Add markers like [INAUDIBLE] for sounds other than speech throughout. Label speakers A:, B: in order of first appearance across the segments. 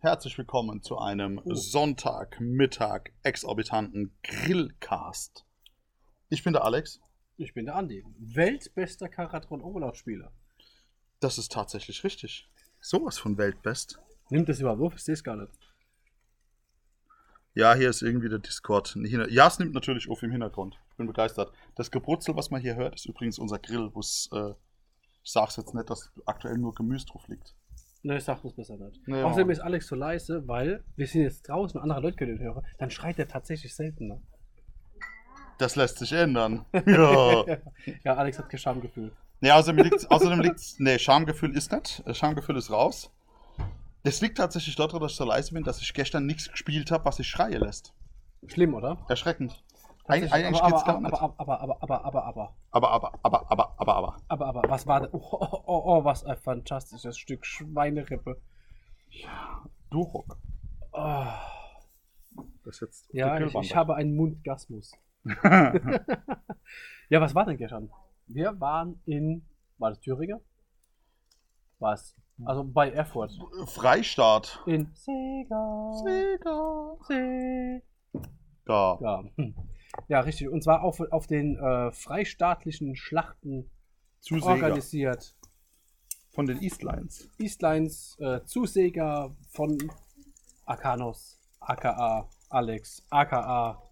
A: Herzlich willkommen zu einem Sonntagmittag exorbitanten Grillcast. Ich bin der Alex.
B: Ich bin der Andi. Weltbester Karatron-Overlord-Spieler.
A: Das ist tatsächlich richtig. Sowas von Weltbest.
B: Nimmt das überhaupt auf? Ich sehe es gar nicht.
A: Ja, hier ist irgendwie der Discord. Hin- Ja, es nimmt natürlich auf im Hintergrund. Ich bin begeistert. Das Gebrutzel, was man hier hört, ist übrigens unser Grill, wo es, äh, ich sag's jetzt nicht, dass aktuell nur Gemüse drauf liegt.
B: Ne, ich sag das besser nicht.
A: Ja.
B: Außerdem ist Alex so leise, weil wir sind jetzt draußen und andere Leute können ihn hören. Dann schreit er tatsächlich seltener.
A: Das lässt sich ändern. [LAUGHS] Ja.
B: Ja, Alex hat kein Schamgefühl.
A: Nee, außerdem liegt's, außerdem liegt's, nee, Schamgefühl ist nicht. Äh, Schamgefühl ist raus. Es liegt tatsächlich daran, dass ich so leise bin, dass ich gestern nichts gespielt habe, was ich schreie lässt.
B: Schlimm, oder?
A: Erschreckend. Eig
B: Tatsächlich.
A: eigentlich
B: aber,
A: geht's gar
B: aber,
A: nicht.
B: aber, aber, aber, aber, aber, aber,
A: Aber, aber, aber, aber, aber, aber.
B: aber, aber, was war das? Oh, oh, oh, oh, was ein fantastisches Stück Schweinerippe.
A: Du Ruck.
B: Oh,
A: Das ist jetzt
B: ja, ich, ich habe einen Mundgasmus.
A: habe.
B: Ja, was war denn gestern? Wir waren in, war das Thüringer? Was? Also bei Erfurt.
A: [LAUGHS] Freistaat.
B: In Sega.
A: Sega.
B: Sega.
A: Da.
B: Hm. Ja, richtig. Und zwar auf, auf den äh, freistaatlichen Schlachten
A: Zu Sega.
B: organisiert.
A: Von den Eastlines.
B: Eastlines äh, Zusäger von Arcanos, aka Alex, aka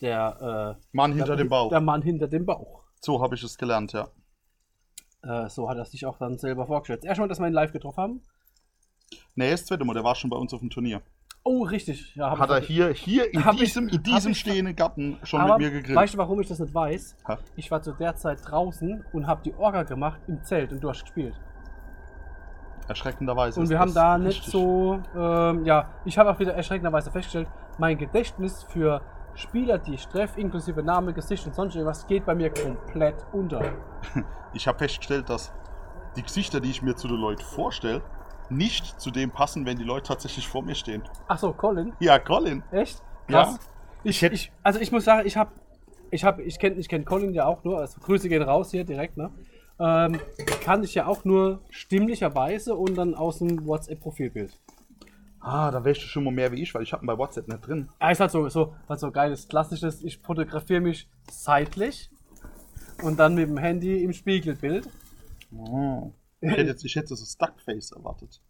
B: der, äh,
A: Mann hinter
B: der,
A: dem Bauch.
B: der Mann hinter dem Bauch.
A: So habe ich es gelernt, ja.
B: Äh, so hat er sich auch dann selber vorgestellt. Erstmal, dass wir ihn live getroffen haben.
A: Nee, das zweite Mal, der war schon bei uns auf dem Turnier.
B: Oh, richtig. Ja, hab
A: Hat
B: ich
A: er hier, hier in
B: Hab ich-
A: diesem, in
B: hab
A: diesem
B: ich-
A: stehenden Garten schon
B: Aber
A: mit mir gegrillt.
B: Weißt du, warum ich das nicht weiß?
A: Ha?
B: Ich war zu der Zeit draußen und habe die Orga gemacht im Zelt und du hast gespielt.
A: Erschreckenderweise.
B: und
A: ist
B: wir haben
A: das
B: da nicht
A: richtig.
B: so, ähm, ja, ich habe auch wieder erschreckenderweise festgestellt, mein Gedächtnis für Spieler, die ich treffe, inklusive Name, Gesicht und sonst irgendwas, geht bei mir komplett unter.
A: Ich habe festgestellt, dass die Gesichter, die ich mir zu den Leuten vorstelle, nicht zu dem passen, wenn die Leute tatsächlich vor mir stehen.
B: Achso, Colin,
A: Ja, Colin.
B: echt?
A: Ja.
B: Krass. Ich, ich, also ich muss sagen, ich habe, ich habe, ich kenne ich kenn Colin ja auch nur, also Grüße gehen raus hier direkt, ne? Ähm, kann ich ja auch nur stimmlicherweise und dann aus dem WhatsApp-Profilbild.
A: Ah, da wärst du schon mal mehr wie ich, weil ich habe ihn bei WhatsApp nicht drin.
B: Ja, ist halt so, so, halt so geiles, klassisches, ich fotografiere mich seitlich und dann mit dem Handy im Spiegelbild.
A: Oh. Ich hätte jetzt, ich hätte so Stuckface erwartet.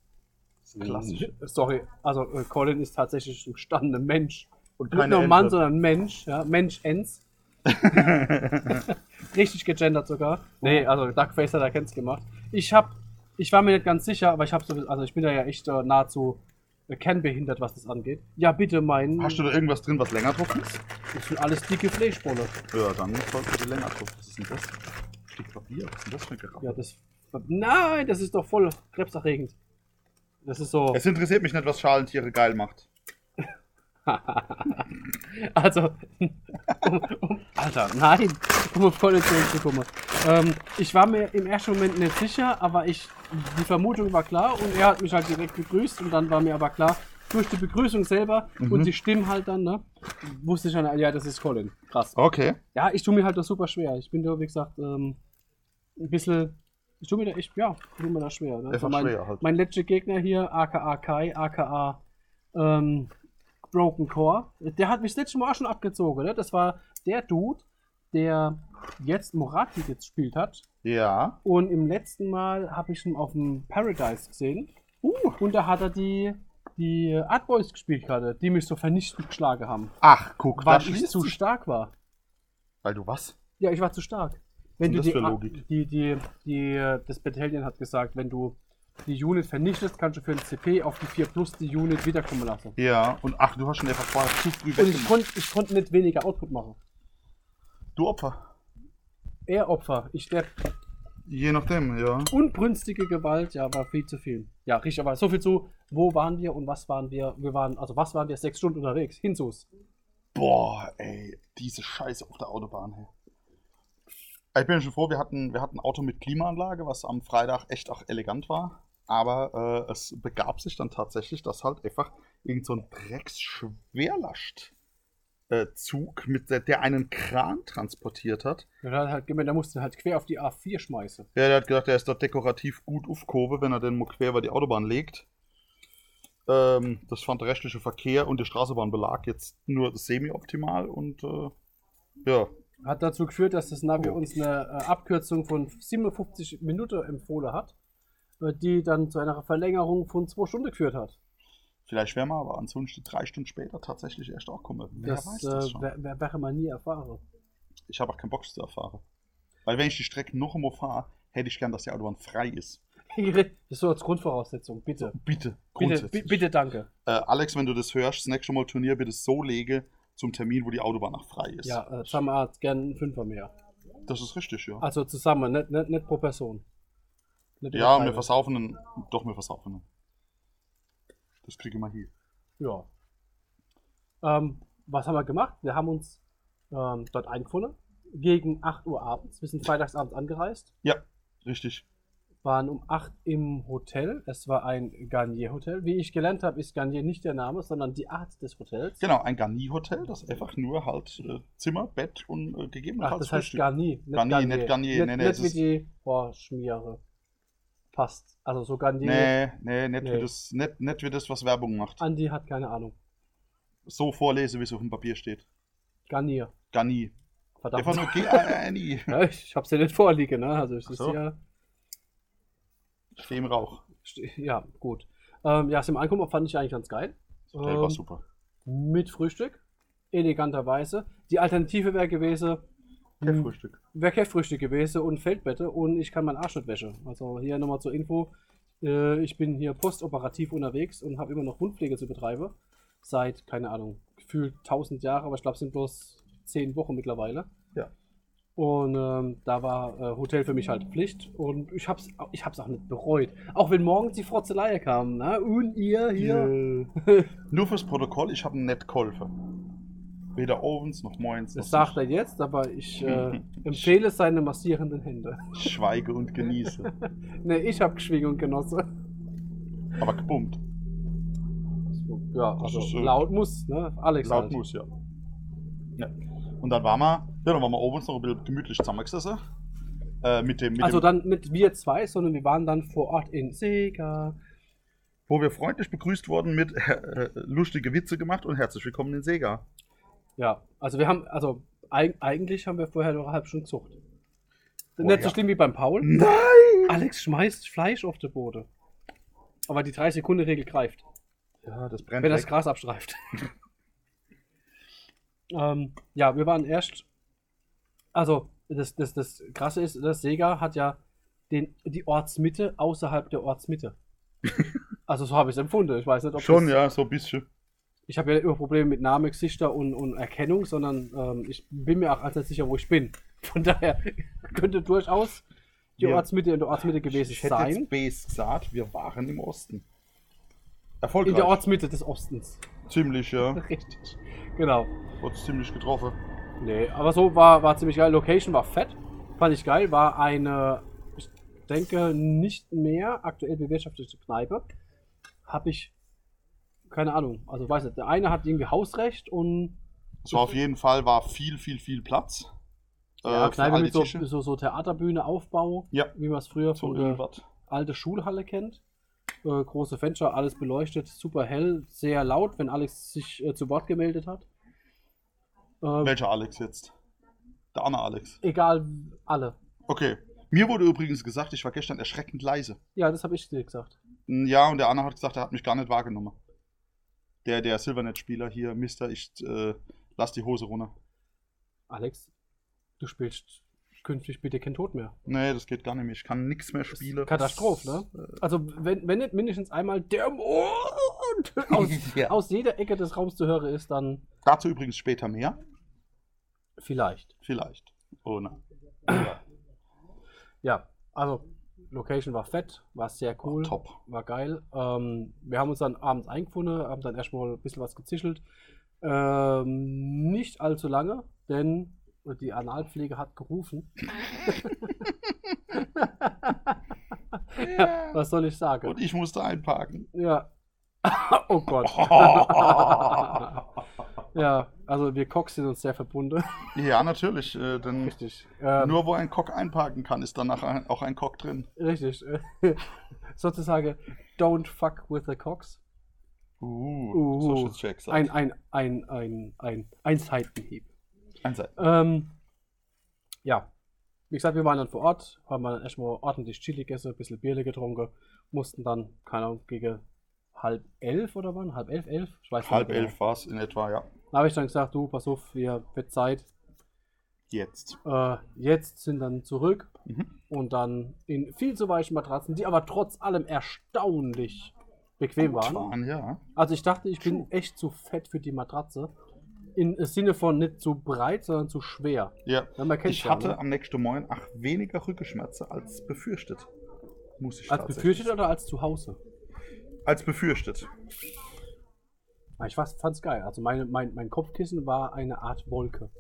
A: Das klassisch.
B: Sorry, also äh, Colin ist tatsächlich ein gestandener Mensch.
A: Und
B: Nicht
A: keine
B: nur ein Mann,
A: Ente.
B: sondern ein Mensch, ja, Mensch
A: [LAUGHS]
B: Enz. Richtig gegendert sogar. Nee, also Duckface hat er kennt's gemacht. Ich hab, ich war mir nicht ganz sicher, aber ich hab so, also ich bin da ja echt äh, nahezu äh, kernbehindert, was das angeht. Ja, bitte meinen,
A: Hast du da irgendwas drin, was länger drauf ist?
B: das sind alles dicke Fleischbolle.
A: Ja, dann sollte die länger drauf. Was ist denn das? Ein Stück Papier? Was ist denn das für ein Gerät?
B: Ja, das. Nein, das ist doch voll krebserregend. Das ist so.
A: Es interessiert mich nicht, was Schalentiere geil macht.
B: Also. [LAUGHS] um, um, Alter, nein! Um auf Colin zurückzukommen. Ähm, ich war mir im ersten Moment nicht sicher, aber ich. Die Vermutung war klar und er hat mich halt direkt begrüßt und dann war mir aber klar, durch die Begrüßung selber
A: Mhm.
B: und die Stimmen halt dann, ne? Wusste ich dann, ja, das ist Colin. Krass.
A: Okay.
B: Ja, ich tue mir halt das super schwer. Ich bin da, wie gesagt, ähm, ein bisschen. Ich tue mir da echt, ja, ich tue mir da schwer. Ne?
A: Einfach
B: mein,
A: schwer halt.
B: mein letzter Gegner hier, aka Kai, aka ähm, Broken Core, der hat mich das letzte Mal auch schon abgezogen. Ne? Das war der Dude, der jetzt Morati gespielt hat.
A: Ja.
B: Und im letzten Mal habe ich ihn auf dem Paradise gesehen.
A: Uh.
B: Und da hat er die, die Art Boys gespielt gerade, die mich so vernichtend geschlagen haben.
A: Ach, guck,
B: Weil
A: da
B: ich
A: schließt
B: zu
A: sich.
B: stark war.
A: Weil du was?
B: Ja, ich war zu stark. Wenn
A: Was
B: du
A: ist
B: die,
A: das für Logik?
B: Die, die, die, das Battalion hat gesagt, wenn du die Unit vernichtest, kannst du für den CP auf die 4 plus die Unit wiederkommen lassen.
A: Ja, und ach, du hast schon einfach vorher zu früh
B: Und ich
A: weggemacht.
B: konnte ich konnt nicht weniger Output machen.
A: Du Opfer.
B: Er Opfer, ich der
A: Je nachdem, ja.
B: unbrünstige Gewalt, ja, war viel zu viel. Ja, richtig, aber so viel zu, wo waren wir und was waren wir? Wir waren, also was waren wir? Sechs Stunden unterwegs, hinzus.
A: Boah, ey, diese Scheiße auf der Autobahn, hey. Ich bin schon froh, wir hatten, wir hatten ein Auto mit Klimaanlage, was am Freitag echt auch elegant war. Aber äh, es begab sich dann tatsächlich, dass halt einfach irgend so ein Drecksschwerlastzug, äh, Zug mit der, der einen Kran transportiert hat.
B: Ja, da hat halt gemeint, da mussten halt quer auf die A4 schmeißen.
A: Ja, der hat gedacht, er ist doch dekorativ gut aufgehoben, wenn er den mal quer über die Autobahn legt. ähm, das fand der rechtliche Verkehr und der Straßenbahnbelag jetzt nur semi-optimal und äh, ja,
B: Hat dazu geführt, dass das Navi
A: Oh.
B: uns eine äh, Abkürzung von 57 Minuten empfohlen hat, äh, die dann zu einer Verlängerung von zwei Stunden geführt hat.
A: vielleicht wäre mal, aber ansonsten drei Stunden später tatsächlich erst auch kommen. Wer
B: das
A: weiß das
B: äh,
A: schon?
B: wer- wer- wäre man nie erfahren. [LAUGHS]
A: Ich habe auch keinen Bock, das zu erfahren. Weil wenn ich die Strecke noch einmal fahre, hätte ich gern, dass die Autobahn frei ist.
B: das ist so als Grundvoraussetzung, bitte.
A: Bitte,
B: Bitte,
A: grundsätzlich.
B: bi- bitte danke.
A: Äh, Alex, wenn du das hörst, das nächste Mal Turnier bitte so lege zum Termin, wo die Autobahn noch frei ist.
B: Ja, äh, zusammen Arzt, gern einen Fünfer mehr.
A: Das ist richtig, ja.
B: Also zusammen, nicht, nicht, nicht pro Person. Nicht
A: ja,
B: übertreiben.
A: wir versaufen ihn. Doch, wir versaufen ihn. Das kriege ich mal hier.
B: Ja. Ähm, was haben wir gemacht? Wir haben uns ähm, dort eingefunden. Gegen 8 Uhr abends. Wir sind freitagsabends angereist.
A: Richtig.
B: Waren um 8 im Hotel. Es war ein Garnier-Hotel. Wie ich gelernt habe, ist Garnier nicht der Name, sondern die Art des Hotels.
A: Genau, ein Garni-Hotel, das einfach nur halt äh, Zimmer, Bett und äh,
B: Ach,
A: gegebenenfalls
B: das heißt Garnier. Nicht
A: Garnier, nicht Garnier.
B: Nicht,
A: Nee, nee,
B: nicht
A: es ist-
B: wie die Boah-Schmiere. Passt. Also so Garnier.
A: Nee, nee, nicht,
B: Nee. Also-
A: Wie das, nicht, nicht wie das, was Werbung macht.
B: Andi hat keine Ahnung.
A: So vorlese, wie es auf dem Papier steht.
B: Garnier.
A: Garni. Einfach
B: Verdammt.
A: nur G-A-N-I.
B: [LAUGHS] Ja, ich ich hab's dir nicht vorliegen, ne? Also es
A: Ach
B: ist
A: so.
B: ja.
A: Steh im Rauch.
B: Ste- Ja, gut. Ähm, ja, zum Ankommen fand ich eigentlich ganz geil.
A: Das Hotel war
B: Ähm,
A: super.
B: Mit Frühstück. Eleganterweise. Die Alternative wäre gewesen,
A: Kein
B: hm.
A: Frühstück.
B: wäre kein Frühstück gewesen und Feldbette und ich kann meinen Arsch nicht wäsche. Also hier nochmal zur Info. Äh, ich bin hier postoperativ unterwegs und habe immer noch Wundpflege zu betreiben. Seit, keine Ahnung, gefühlt 1000 Jahre, aber ich glaube, es sind bloß 10 Wochen mittlerweile.
A: Ja.
B: Und ähm, da war äh, Hotel für mich halt Pflicht und ich hab's, ich hab's auch nicht bereut. Auch wenn morgens die Frotzelei kam, ne? Und ihr hier.
A: Äh, Nur fürs Protokoll, ich habe nett geholfen. Weder Owens noch Moins.
B: Das
A: noch
B: sagt er jetzt, aber ich äh, empfehle seine massierenden Hände.
A: ich. Schweige und genieße.
B: ne, ich hab geschwiegen und genossen.
A: Aber gebummt.
B: Ja,
A: Das
B: also
A: ist, äh,
B: laut muss, ne? Alex
A: Laut
B: halt.
A: muss, ja. ja. Und dann waren wir, ja, dann waren wir oben noch ein bisschen gemütlich zusammengesessen. Äh, mit dem, mit
B: Also
A: dem
B: dann nicht wir zwei, sondern wir waren dann vor Ort in Sega.
A: wo wir freundlich begrüßt wurden mit [LAUGHS] äh, lustige Witze gemacht und herzlich willkommen in Sega.
B: Ja, also wir haben, also eig eigentlich haben wir vorher noch eine halbe Stunde gezucht.
A: Oh,
B: nicht so
A: ja.
B: schlimm wie beim Paul.
A: Nein!
B: Alex schmeißt Fleisch auf den Boden. Aber die 3-Sekunden-Regel greift,
A: Ja, das brennt
B: wenn das
A: weg.
B: Gras abstreift. [LAUGHS] ähm, ja, wir waren erst. Also, das, das, das Krasse ist, das Sega hat ja den, die Ortsmitte außerhalb
A: [LAUGHS]
B: der Ortsmitte. also, so habe ich es empfunden. Ich weiß nicht, ob
A: Schon,
B: das,
A: ja, so ein bisschen.
B: ich habe ja immer Probleme mit Namen, Gesichter und, und Erkennung, sondern ähm, ich bin mir auch nicht sicher, wo ich bin. Von daher [LAUGHS] könnte durchaus die
A: Ja.
B: Ortsmitte in der Ortsmitte gewesen
A: ich hätte
B: sein.
A: jetzt Base gesagt, wir waren im Osten.
B: In der
A: Erfolgreich.
B: Ortsmitte des Ostens. [LAUGHS]
A: Ziemlich, ja.
B: Richtig. Genau.
A: Wurde ziemlich getroffen.
B: Nee, aber so war, war ziemlich geil. Location war fett. Fand ich geil. War eine, ich denke, nicht mehr aktuell bewirtschaftete Kneipe. Hab ich. Keine Ahnung. Also weiß nicht. Der eine hat irgendwie Hausrecht und
A: Es war auf jeden Fall war viel, viel, viel Platz.
B: Ja,
A: Äh, für all
B: Kneipe
A: die
B: mit so,
A: Tische.
B: so, so Theaterbühne, Aufbau,
A: Ja.
B: wie man es früher
A: So
B: von der
A: irgendwas.
B: alten Schulhalle kennt. Äh, große Fenster, alles beleuchtet, super hell, sehr laut, wenn Alex sich äh, zu Wort gemeldet hat. Äh,
A: Welcher Alex jetzt? Der andere Alex.
B: egal, alle.
A: Okay. Mir wurde übrigens gesagt, ich war gestern erschreckend leise.
B: Ja, das habe ich dir gesagt.
A: Mm, Ja, und der andere hat gesagt, er hat mich gar nicht wahrgenommen. Der, der Silvernet-Spieler hier, Mister, ich äh, lass die Hose runter.
B: Alex, du spielst künftig bitte kein Tod mehr.
A: Nee, das geht gar nicht mehr. Ich kann nichts mehr spielen.
B: Katastrophe, ne? Also, wenn, wenn nicht mindestens einmal der Mond aus,
A: [LAUGHS] [LAUGHS] Ja.
B: aus jeder Ecke des Raums zu hören ist, dann
A: Dazu übrigens später mehr.
B: vielleicht.
A: Vielleicht. Oh nein.
B: Ja, also Location war fett, war sehr cool,
A: Top.
B: war geil. Ähm, wir haben uns dann abends eingefunden, haben dann erstmal ein bisschen was gezischelt. Ähm, nicht allzu lange, denn die Analpflege hat gerufen. [LAUGHS] ja, was soll ich
A: [LAUGHS]
B: sagen?
A: Und ich musste einparken. [LAUGHS]
B: [LAUGHS] Ja. oh Gott. ja, also wir Cox sind uns sehr verbunden.
A: Ja, natürlich. Äh, denn
B: Richtig. Ähm,
A: nur wo ein Cock einparken kann, ist danach ein, auch ein
B: [LAUGHS]
A: Cock drin.
B: Richtig. Sozusagen, don't fuck with the cocks.
A: Uh,
B: Uh,
A: Social Check. sagt-
B: Ein, ein, ein, ein, ein, ein Seitenhieb.
A: ein Seiten.
B: Ähm, ja, wie gesagt, wir waren dann vor Ort, haben dann erstmal ordentlich Chili gegessen, ein bisschen Bierle getrunken, mussten dann, keine Ahnung, gegen halb elf oder wann? Halb elf, elf? Ich weiß
A: Halb
B: nicht genau.
A: elf war es in etwa, ja.
B: Da habe ich dann gesagt, du, pass auf, wir wird Zeit.
A: Jetzt.
B: Äh, jetzt sind dann zurück
A: Mhm.
B: und dann in viel zu weichen Matratzen, die aber trotz allem erstaunlich bequem waren.
A: Fahren, ja.
B: Also ich dachte, ich bin echt zu fett für die Matratze. Im Sinne von nicht zu breit, sondern zu schwer.
A: ja.
B: Ja, man kennt's
A: Ich
B: ja,
A: hatte
B: ne?
A: am nächsten Morgen ach, weniger Rückenschmerzen als befürchtet. Muss ich
B: Als
A: tatsächlich-
B: befürchtet oder als zu Hause?
A: Als befürchtet.
B: Ah, Ich fand's, fand's geil. Also meine, mein, mein Kopfkissen war eine Art Wolke.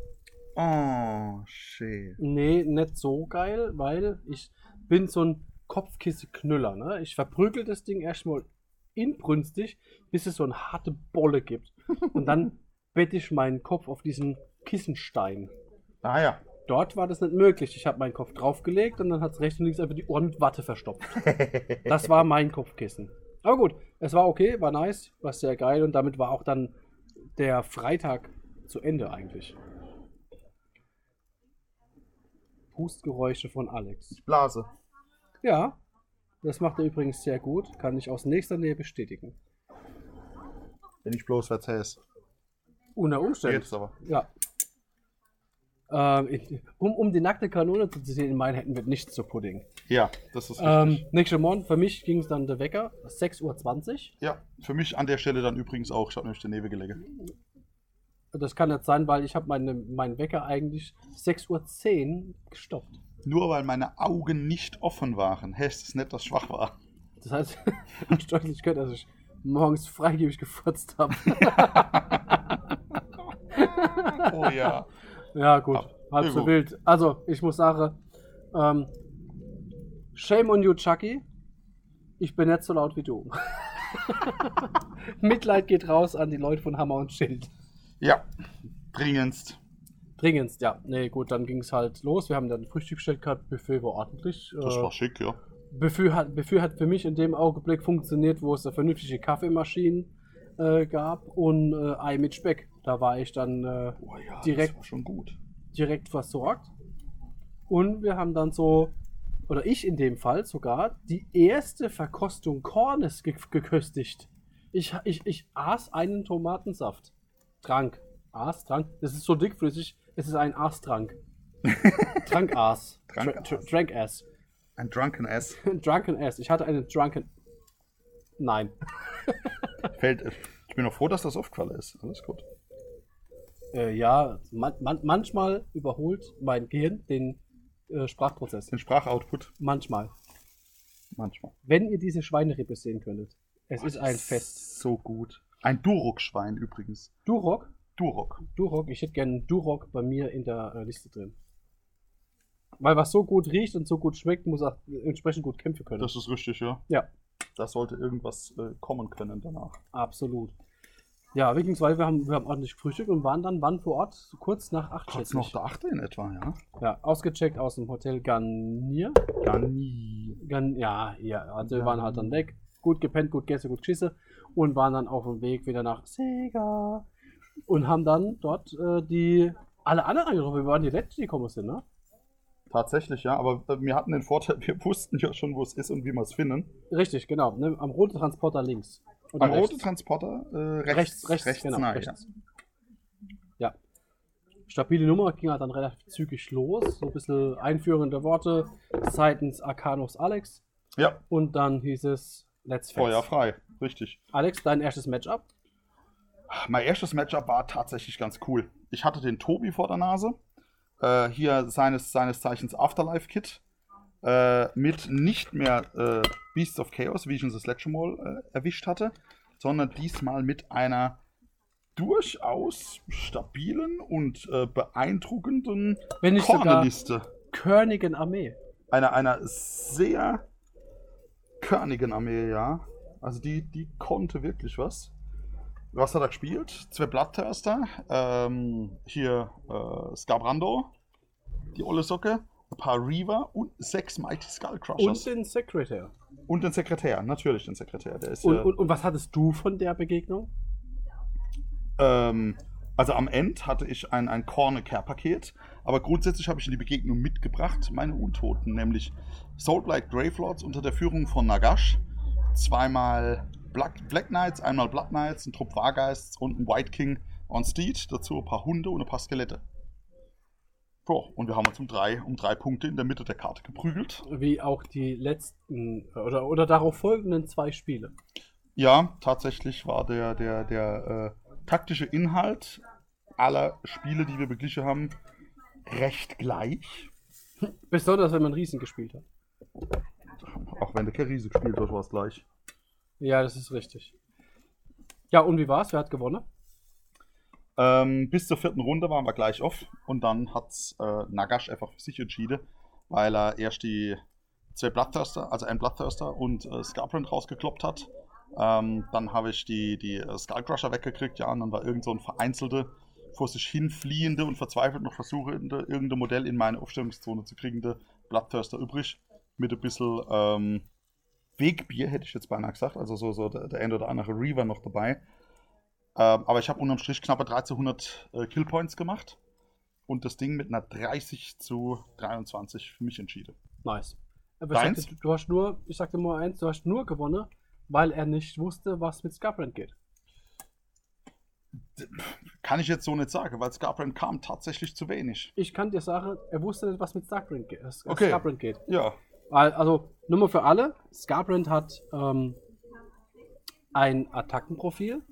A: Oh, shit.
B: Nee, nicht so geil, weil ich bin so ein Kopfkissen-Knüller. Ne? Ich verprügel das Ding erstmal inbrünstig, bis es so eine harte Bolle gibt. Und dann bette ich meinen Kopf auf diesen Kissenstein.
A: Ah ja.
B: Dort war das nicht möglich. Ich habe meinen Kopf draufgelegt und dann hat es rechts und links einfach die Ohren mit Watte verstopft. Das war mein Kopfkissen. Aber gut, es war okay, war nice, war sehr geil und damit war auch dann der Freitag zu Ende eigentlich. Pustgeräusche von Alex.
A: Blase.
B: Ja, das macht er übrigens sehr gut, kann ich aus nächster Nähe bestätigen.
A: Wenn ich bloß verzähl's.
B: Unter Umständen.
A: Jetzt aber.
B: Ja. Ähm, ich, um, um die nackte Kanone zu zitieren, in meinen Händen wird nichts zu Pudding.
A: Ja, das ist
B: Ähm,
A: richtig.
B: nächste Morgen, für mich ging es dann der Wecker, 6.20
A: ja, für mich an der Stelle dann übrigens auch. Ich habe nämlich den Nebel gelegen.
B: Uhr. Das kann jetzt sein, weil ich habe meine, meinen Wecker eigentlich 6.10 Uhr gestoppt.
A: Nur weil meine Augen nicht offen waren. Hä, ist das nett, dass ich schwach war.
B: [LAUGHS] Das heißt, hab ich deutlich gehört, dass ich morgens freigebig gefurzt habe.
A: Oh ja.
B: [LAUGHS] Ja, gut, halb so
A: gut.
B: wild. Also, ich muss sagen, ähm, shame on you, Chucky. Ich bin nicht so laut wie du. [LAUGHS] Mitleid geht raus an die Leute von Hammer und Schild.
A: ja, dringendst.
B: Dringendst, ja. Nee, gut, dann ging es halt los. Wir haben dann Frühstück bestellt gehabt, Buffet war ordentlich.
A: Das
B: Äh,
A: war schick, ja.
B: Buffet, hat, Buffet hat für mich in dem Augenblick funktioniert, wo es eine vernünftige Kaffeemaschine äh, gab und äh, Ei mit Speck. Da war ich dann äh,
A: Oh ja,
B: Direkt-
A: das war schon gut.
B: direkt versorgt. Und wir haben dann so, oder ich in dem Fall sogar, die erste Verkostung Kornes ge geköstigt. Ich, ich, ich aß einen Tomatensaft. Trank. Aß, trank. Das ist so dickflüssig. Es ist ein Aas-Trank. trank aß.
A: Trank
B: Tra-
A: aß.
B: tra- Trank ass.
A: Ein Drunken Ass.
B: Drunken ass. Ich hatte eine drunken. Nein.
A: [LAUGHS] Fällt, ich bin auch froh, dass das Softqualle ist. Alles gut.
B: Äh, ja, man, man, manchmal überholt mein Gehirn den äh, Sprachprozess.
A: Den Sprachoutput
B: Manchmal.
A: manchmal.
B: Wenn ihr diese Schweinerippe sehen könntet. Es ist ein Fest.
A: So gut. Ein Durok-Schwein übrigens.
B: Durock?
A: Durok.
B: Durock, ich hätte gerne einen Durock bei mir in der äh, Liste drin. Weil was so gut riecht und so gut schmeckt, muss auch entsprechend gut kämpfen können.
A: Das ist richtig, ja.
B: Ja.
A: Da sollte irgendwas äh, kommen können danach.
B: Absolut. Ja, wir ging's weiter, wir haben, wir haben ordentlich gefrühstückt und waren dann wann vor Ort? So Kurz nach acht.
A: Kurz
B: schätze
A: noch
B: ich.
A: der Achte in etwa, ja.
B: Ja, ausgecheckt aus dem Hotel Garnier.
A: Gar nie.
B: Gan ja, ja, also wir waren halt dann weg. Gut gepennt, gut gegessen, gut geschissen und waren dann auf dem Weg wieder nach Sega und haben dann dort äh, die alle anderen angetroffen. Wir waren die letzten, die gekommen sind, ne?
A: Tatsächlich, ja. Aber äh, wir hatten den Vorteil, [LAUGHS] wir wussten ja schon, wo es ist und wie wir es finden.
B: Richtig, genau. Ne? Am roten Transporter links. Oder
A: Am roten
B: rechts.
A: Transporter äh, rechts,
B: Rechts, rechts, genau,
A: nahe,
B: rechts. Ja. Stabile Nummer ging halt dann relativ zügig los. So ein bisschen einführende Worte seitens Arcanos Alex.
A: Ja, ja
B: Und dann hieß es Let's Face.
A: Feuer frei. Richtig.
B: Alex, dein erstes Matchup.
A: Mein erstes Matchup war tatsächlich ganz cool. Ich hatte den Tobi vor der Nase. Äh, hier seines, seines Zeichens Afterlife Kit. Äh, mit nicht mehr äh, Beasts of Chaos, wie ich uns das letzte Mal äh, erwischt hatte, sondern diesmal mit einer durchaus stabilen und äh, beeindruckenden
B: Wenn nicht sogar
A: Korneliste.
B: Körnigen Armee.
A: Einer, einer sehr körnigen Armee, ja. Also die, die konnte wirklich was. Was hat er gespielt? Zwei Blattörster, ähm, hier äh, Scabrando, die olle Socke ein paar Reaver und sechs Mighty Skull
B: Und
A: Crushers.
B: den Secretary.
A: Und, den Sekretär, natürlich den Sekretär. Der ist
B: Und,
A: ja,
B: und, und was hattest du von der Begegnung?
A: ähm, also am Ende hatte ich ein, ein Corner-Care-Paket, aber grundsätzlich habe ich in die Begegnung mitgebracht meine Untoten, nämlich Soulblight Gravelords unter der Führung von Nagash, zweimal Black, Black Knights, einmal Blood Knights, ein Trupp Wargeists und ein White King on Steed, dazu ein paar Hunde und ein paar Skelette. So, und wir haben uns um drei, um drei Punkte in der Mitte der Karte geprügelt.
B: Wie auch die letzten äh, oder, oder darauf folgenden zwei Spiele.
A: Ja, tatsächlich war der, der, der äh, taktische Inhalt aller Spiele, die wir beglichen haben, recht gleich.
B: Besonders wenn man Riesen gespielt hat.
A: Auch wenn der Kerise gespielt hat, war es gleich.
B: Ja, das ist richtig. Ja, und wie war's? Wer hat gewonnen?
A: Ähm, bis zur vierten Runde waren wir gleich off und dann hat äh, Nagash einfach für sich entschieden, weil er erst die zwei Bloodthirster, also ein Bloodthirster und äh, Scarprint rausgekloppt hat. Ähm, dann habe ich die, die äh, Skullcrusher weggekriegt, ja, und dann war irgend so ein vereinzelte, vor sich hinfliehende und verzweifelt noch versuchende, irgendein Modell in meine Aufstellungszone zu kriegende Bloodthirster übrig. Mit ein bisschen ähm, Wegbier, hätte ich jetzt beinahe gesagt, also so, so der, der ein oder andere Reaver noch dabei. Ähm, aber ich habe unterm Strich knappe 1300 äh, Killpoints gemacht und das Ding mit einer 30 zu 23 für mich entschiede.
B: Nice. Aber ich
A: Deins?
B: sagte, du, du hast nur, ich sagte nur eins, du hast nur gewonnen, weil er nicht wusste, was mit Scarbrand geht.
A: Kann ich jetzt so nicht sagen, weil Scarbrand kam tatsächlich zu wenig.
B: Ich kann dir sagen, er wusste nicht, was mit Scarbrand, ge äh,
A: Okay.
B: Scarbrand geht.
A: Ja.
B: Weil- Also, nur mal für alle, Scarbrand hat ähm, ein Attackenprofil.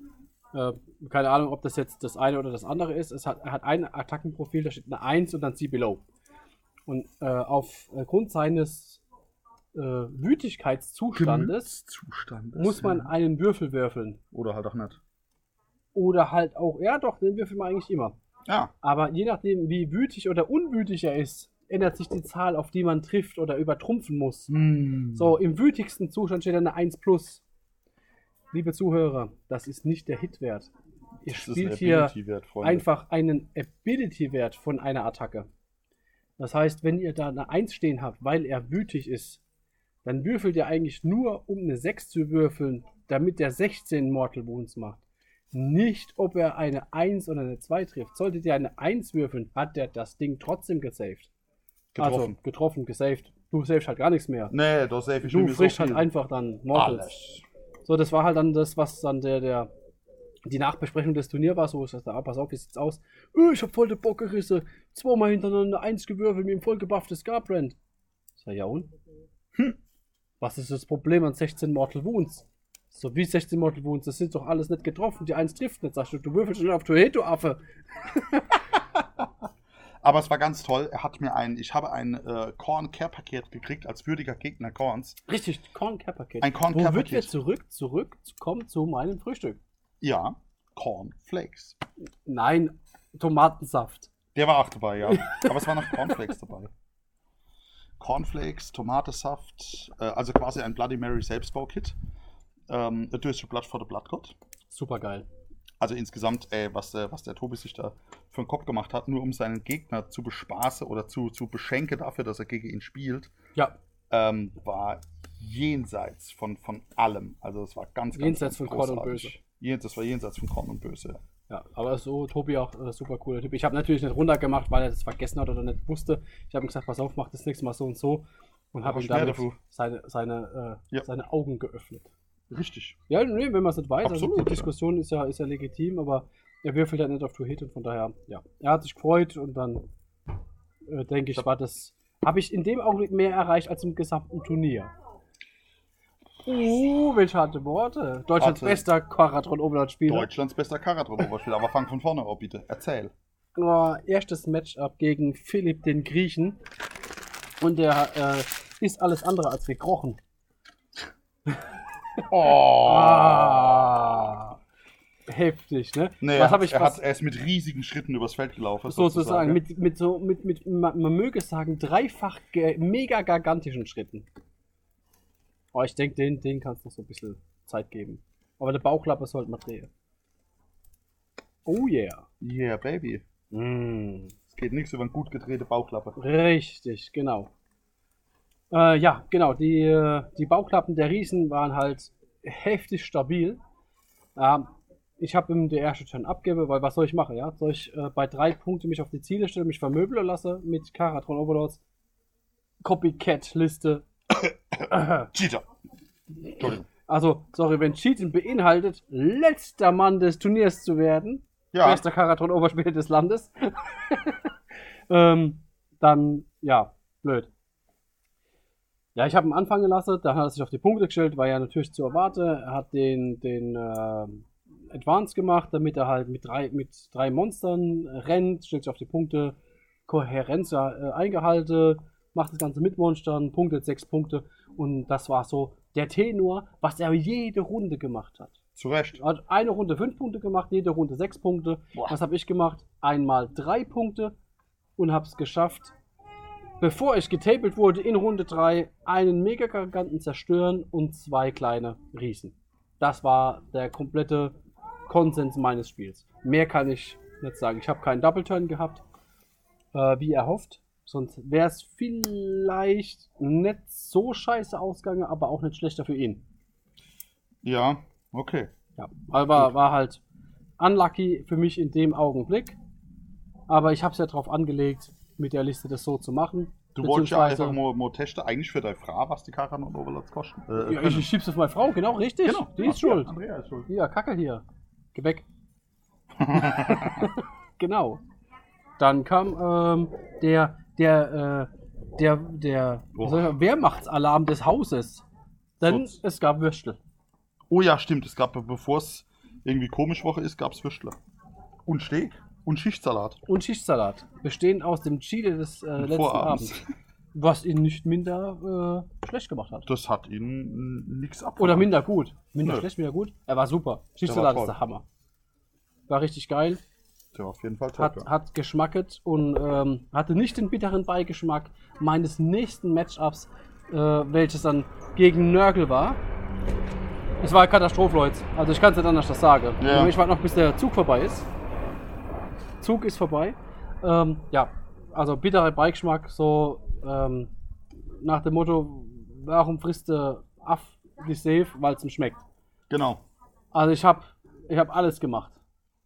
B: Äh, keine Ahnung, ob das jetzt das eine oder das andere ist. Es hat, er hat ein Attackenprofil, da steht eine 1 und dann See Below. Und äh, aufgrund seines äh, Wütigkeitszustandes
A: Zustand.
B: muss man einen Würfel würfeln.
A: Oder halt auch nicht.
B: Oder halt auch, ja doch, den würfeln wir eigentlich immer.
A: Ja.
B: Aber je nachdem, wie wütig oder unwütig er ist, ändert sich die Zahl, auf die man trifft oder übertrumpfen muss. So, im wütigsten Zustand steht dann eine 1 plus. Liebe Zuhörer, das ist nicht der Hitwert. Ihr spielt hier
A: Ability-Wert, Freunde.
B: einfach einen Ability-Wert von einer Attacke. Das heißt, wenn ihr da eine 1 stehen habt, weil er wütig ist, dann würfelt ihr eigentlich nur, um eine 6 zu würfeln, damit der 16 Mortal Wounds macht. Nicht, ob er eine 1 oder eine 2 trifft. Solltet ihr eine 1 würfeln, hat der das Ding trotzdem gesaved.
A: getroffen.
B: Also, getroffen, gesaved. Du saved halt gar nichts mehr.
A: nee, das safe ich
B: Du
A: nämlich so
B: frisch halt
A: viel.
B: einfach dann Mortals.
A: alles.
B: So, das war halt dann das, was dann der, der die Nachbesprechung des Turnier war. So, ich sagte, ah, pass auf, wie sieht's aus? Öh, ich hab voll den Bock gerissen. Zweimal hintereinander eins gewürfelt mit dem voll gebufften Scarbrand. Ich sag, ja und? Hm. Was ist das Problem an 16 Mortal Wounds? So wie 16 Mortal Wounds, das sind doch alles nicht getroffen. Die eins trifft nicht, sagst du, du würfelst schon auf Toilette, du Affe.
A: Aber es war ganz toll. Er hat mir ein, ich habe ein äh, Corn-Care-Paket gekriegt als würdiger Gegner Corns.
B: Richtig, Corn Cap Paket.
A: Ein Corn Care
B: Wo wird wir
A: Paket.
B: zurück, zurück, kommen zu meinem Frühstück?
A: Ja, Cornflakes.
B: Nein, Tomatensaft.
A: Der war auch dabei, ja. Aber es waren noch Cornflakes dabei. Cornflakes, Tomatensaft, äh, also quasi ein Bloody Mary Selbstbau-Kit. Ähm, a Döschen Blood for the Blood God.
B: Super geil.
A: Also insgesamt, ey, was, der, was der Tobi sich da für einen Kopf gemacht hat, nur um seinen Gegner zu bespaßen oder zu, zu beschenken dafür, dass er gegen ihn spielt,
B: Ja,
A: ähm, war jenseits von, von allem. Also es war ganz, ganz
B: Jenseits von Korn und
A: großartig. Jen- Das war jenseits von Korn und Böse.
B: Ja, aber so, Tobi auch äh, super cooler Typ. Ich habe natürlich nicht runtergemacht, weil er das vergessen hat oder nicht wusste. Ich habe ihm gesagt, pass auf, mach das nächste Mal so und so. Und habe
A: Mach
B: ihm
A: mehr
B: damit
A: dafür.
B: seine, seine, äh,
A: Ja.
B: seine Augen geöffnet.
A: Richtig.
B: Ja, nee, wenn man es nicht weiß, also
A: Absolut,
B: die
A: ja.
B: Diskussion ist ja, ist ja legitim, aber er würfelt ja nicht auf To Hit und von daher, ja. Er hat sich gefreut und dann äh, denke ich, war das. Habe ich in dem Augenblick mehr erreicht als im gesamten Turnier. Uh, welche harte Worte. Deutschlands
A: Warte.
B: bester Quadratron-Oberland-Spieler.
A: Deutschlands bester Karatroberspiel, aber fang von vorne auf, bitte. Erzähl.
B: nur erstes Matchup gegen Philipp den Griechen und der äh, ist alles andere als gekrochen.
A: Oh.
B: Ah. Heftig, ne?
A: Nee, er,
B: was
A: hat,
B: habe ich
A: er,
B: was
A: hat, er ist mit riesigen Schritten übers Feld gelaufen.
B: sozusagen mit mit so mit mit man, man möge sagen dreifach ge- mega gigantischen Schritten. Aber ich denke, den den kannst du noch so ein bisschen Zeit geben. Aber der Bauchlappe sollte man drehen. Oh yeah.
A: Yeah, baby.
B: Mm.
A: Geht nichts über eine gut gedrehte Bauchlappe.
B: Richtig, genau. Äh, ja, genau. Die, äh, die Bauklappen der Riesen waren halt heftig stabil. Ähm, ich habe ihm der erste Turn abgebe, weil was soll ich machen, ja? Soll ich äh, bei drei Punkten mich auf die Ziele stellen, mich vermöbeln lasse mit Karatron Overlords Copycat-Liste? [COUGHS]
A: Cheater. Entschuldigung.
B: Also, sorry, wenn Cheaten beinhaltet, letzter Mann des Turniers zu werden,
A: Ja,
B: bester Karatron-Oberspieler des Landes, [LAUGHS] ähm, dann, ja, blöd. Ja, ich habe ihn anfangen gelassen, dann hat er sich auf die Punkte gestellt, war ja natürlich zu erwarten. Er hat den, den ähm, Advance gemacht, damit er halt mit drei, mit drei Monstern äh, rennt, stellt sich auf die Punkte, Kohärenz äh, eingehalten, macht das Ganze mit Monstern, punktet sechs Punkte und das war so der Tenor, was er jede Runde gemacht hat.
A: zu Recht.
B: Er hat eine Runde fünf Punkte gemacht, jede Runde sechs Punkte.
A: Boah.
B: Was habe ich gemacht? Einmal drei Punkte und habe es geschafft, bevor ich getabled wurde, in Runde drei einen Mega-Garganten zerstören und zwei kleine Riesen. Das war der komplette Konsens meines Spiels. Mehr kann ich nicht sagen. Ich habe keinen Double-Turn gehabt, äh, wie erhofft. Sonst wäre es vielleicht nicht so scheiße ausgegangen, aber auch nicht schlechter für ihn.
A: Ja, okay.
B: Ja, aber war, war halt unlucky für mich in dem Augenblick. Aber ich habe es ja drauf angelegt, mit der Liste das so zu machen.
A: Du wolltest ja
B: Beziehungsweise-
A: einfach mal, mal testen, eigentlich für deine Frau, was die Karan und Overlords kosten. Äh,
B: Ja, ich, ich schieb's auf meine Frau, genau, richtig. die ist schuld.
A: Andrea ist schuld.
B: Ja, Kacke hier.
A: [LAUGHS]
B: Geh weg. [LAUGHS] genau. Dann kam ähm, der, der, äh, der, der
A: Boah.
B: was soll ich sagen, Wehrmachtsalarm des Hauses. Denn
A: So.
B: es gab Würstel.
A: Oh ja, stimmt. Es gab, bevor es irgendwie komisch Woche ist, gab es Würstler. Und Steak. Und Schichtsalat.
B: Und Schichtsalat. Bestehend aus dem Chile des äh,
A: Und
B: letzten
A: Vorabends.
B: Abends. Was ihn nicht minder äh, schlecht gemacht hat.
A: Das hat ihnen nichts ab.
B: Oder minder gut. Minder
A: Nö.
B: schlecht, minder gut. Er war super. Schichtsalat
A: toll.
B: ist der Hammer. War richtig geil.
A: Der war auf jeden Fall top,
B: Hat,
A: ja.
B: hat geschmacket und ähm, hatte nicht den bitteren Beigeschmack meines nächsten Matchups, äh, welches dann gegen Nörgel war. Es war Katastrophe, Leute. Also ich kann es nicht anders das sagen.
A: Ja.
B: Ich warte noch, bis der Zug vorbei ist. Zug ist vorbei. Ähm, ja, also bitterer Beigeschmack, so ähm, nach dem Motto, warum frisst der Aff die Safe, weil es ihm schmeckt.
A: Genau.
B: Also ich habe ich hab alles gemacht,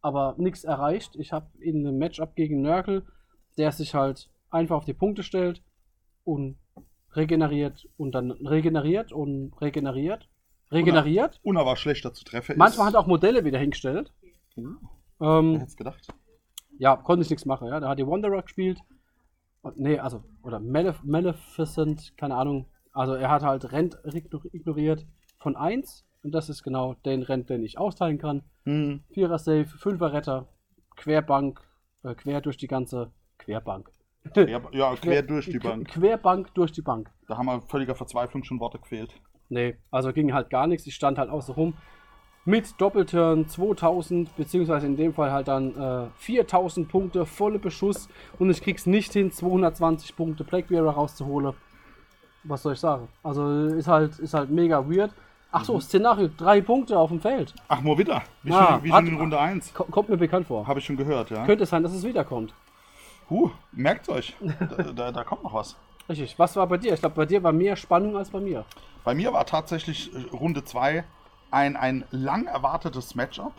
B: aber nichts erreicht. Ich habe in einem Matchup gegen Nörkel, der sich halt einfach auf die Punkte stellt und regeneriert und dann regeneriert und regeneriert, regeneriert.
A: Und er war schlechter zu treffen.
B: Manchmal hat er auch Modelle wieder hingestellt.
A: Wer
B: Ähm,
A: hätte es gedacht?
B: ja, konnte ich nichts machen. Ja. Da hat die Wanderer gespielt. Und, nee, also, oder Malef Maleficent, keine Ahnung. Also er hat halt Rent igno- ignoriert von 1. Und das ist genau den Rent, den ich austeilen kann.
A: Hm.
B: Vierer Safe, Fünfer Retter, Querbank, äh, quer durch die ganze Querbank.
A: Ja,
B: Hm.
A: ja, quer durch die Bank.
B: Querbank durch die Bank.
A: Da haben wir völliger Verzweiflung schon Worte gefehlt.
B: Nee, also ging halt gar nichts. Ich stand halt außen rum mit Doppelturn 2000, beziehungsweise in dem Fall halt dann äh, 4000 Punkte, volle Beschuss und ich krieg's nicht hin, 220 Punkte Blackbearer rauszuholen. Was soll ich sagen? Also ist halt, ist halt mega weird. Ach
A: Mhm.
B: so, Szenario, drei Punkte auf dem Feld.
A: Ach, mal wieder. Wie
B: Ah,
A: schon, wie
B: hat-
A: schon in Runde 1.
B: Ko- Kommt mir bekannt vor.
A: Habe ich schon gehört, ja.
B: Könnte es sein, dass es wiederkommt.
A: Huh, merkt euch. Da, da, da kommt noch was.
B: Richtig. Was war bei dir? Ich glaube, bei dir war mehr Spannung als bei mir.
A: Bei mir war tatsächlich äh, Runde 2 ein, ein lang erwartetes Matchup.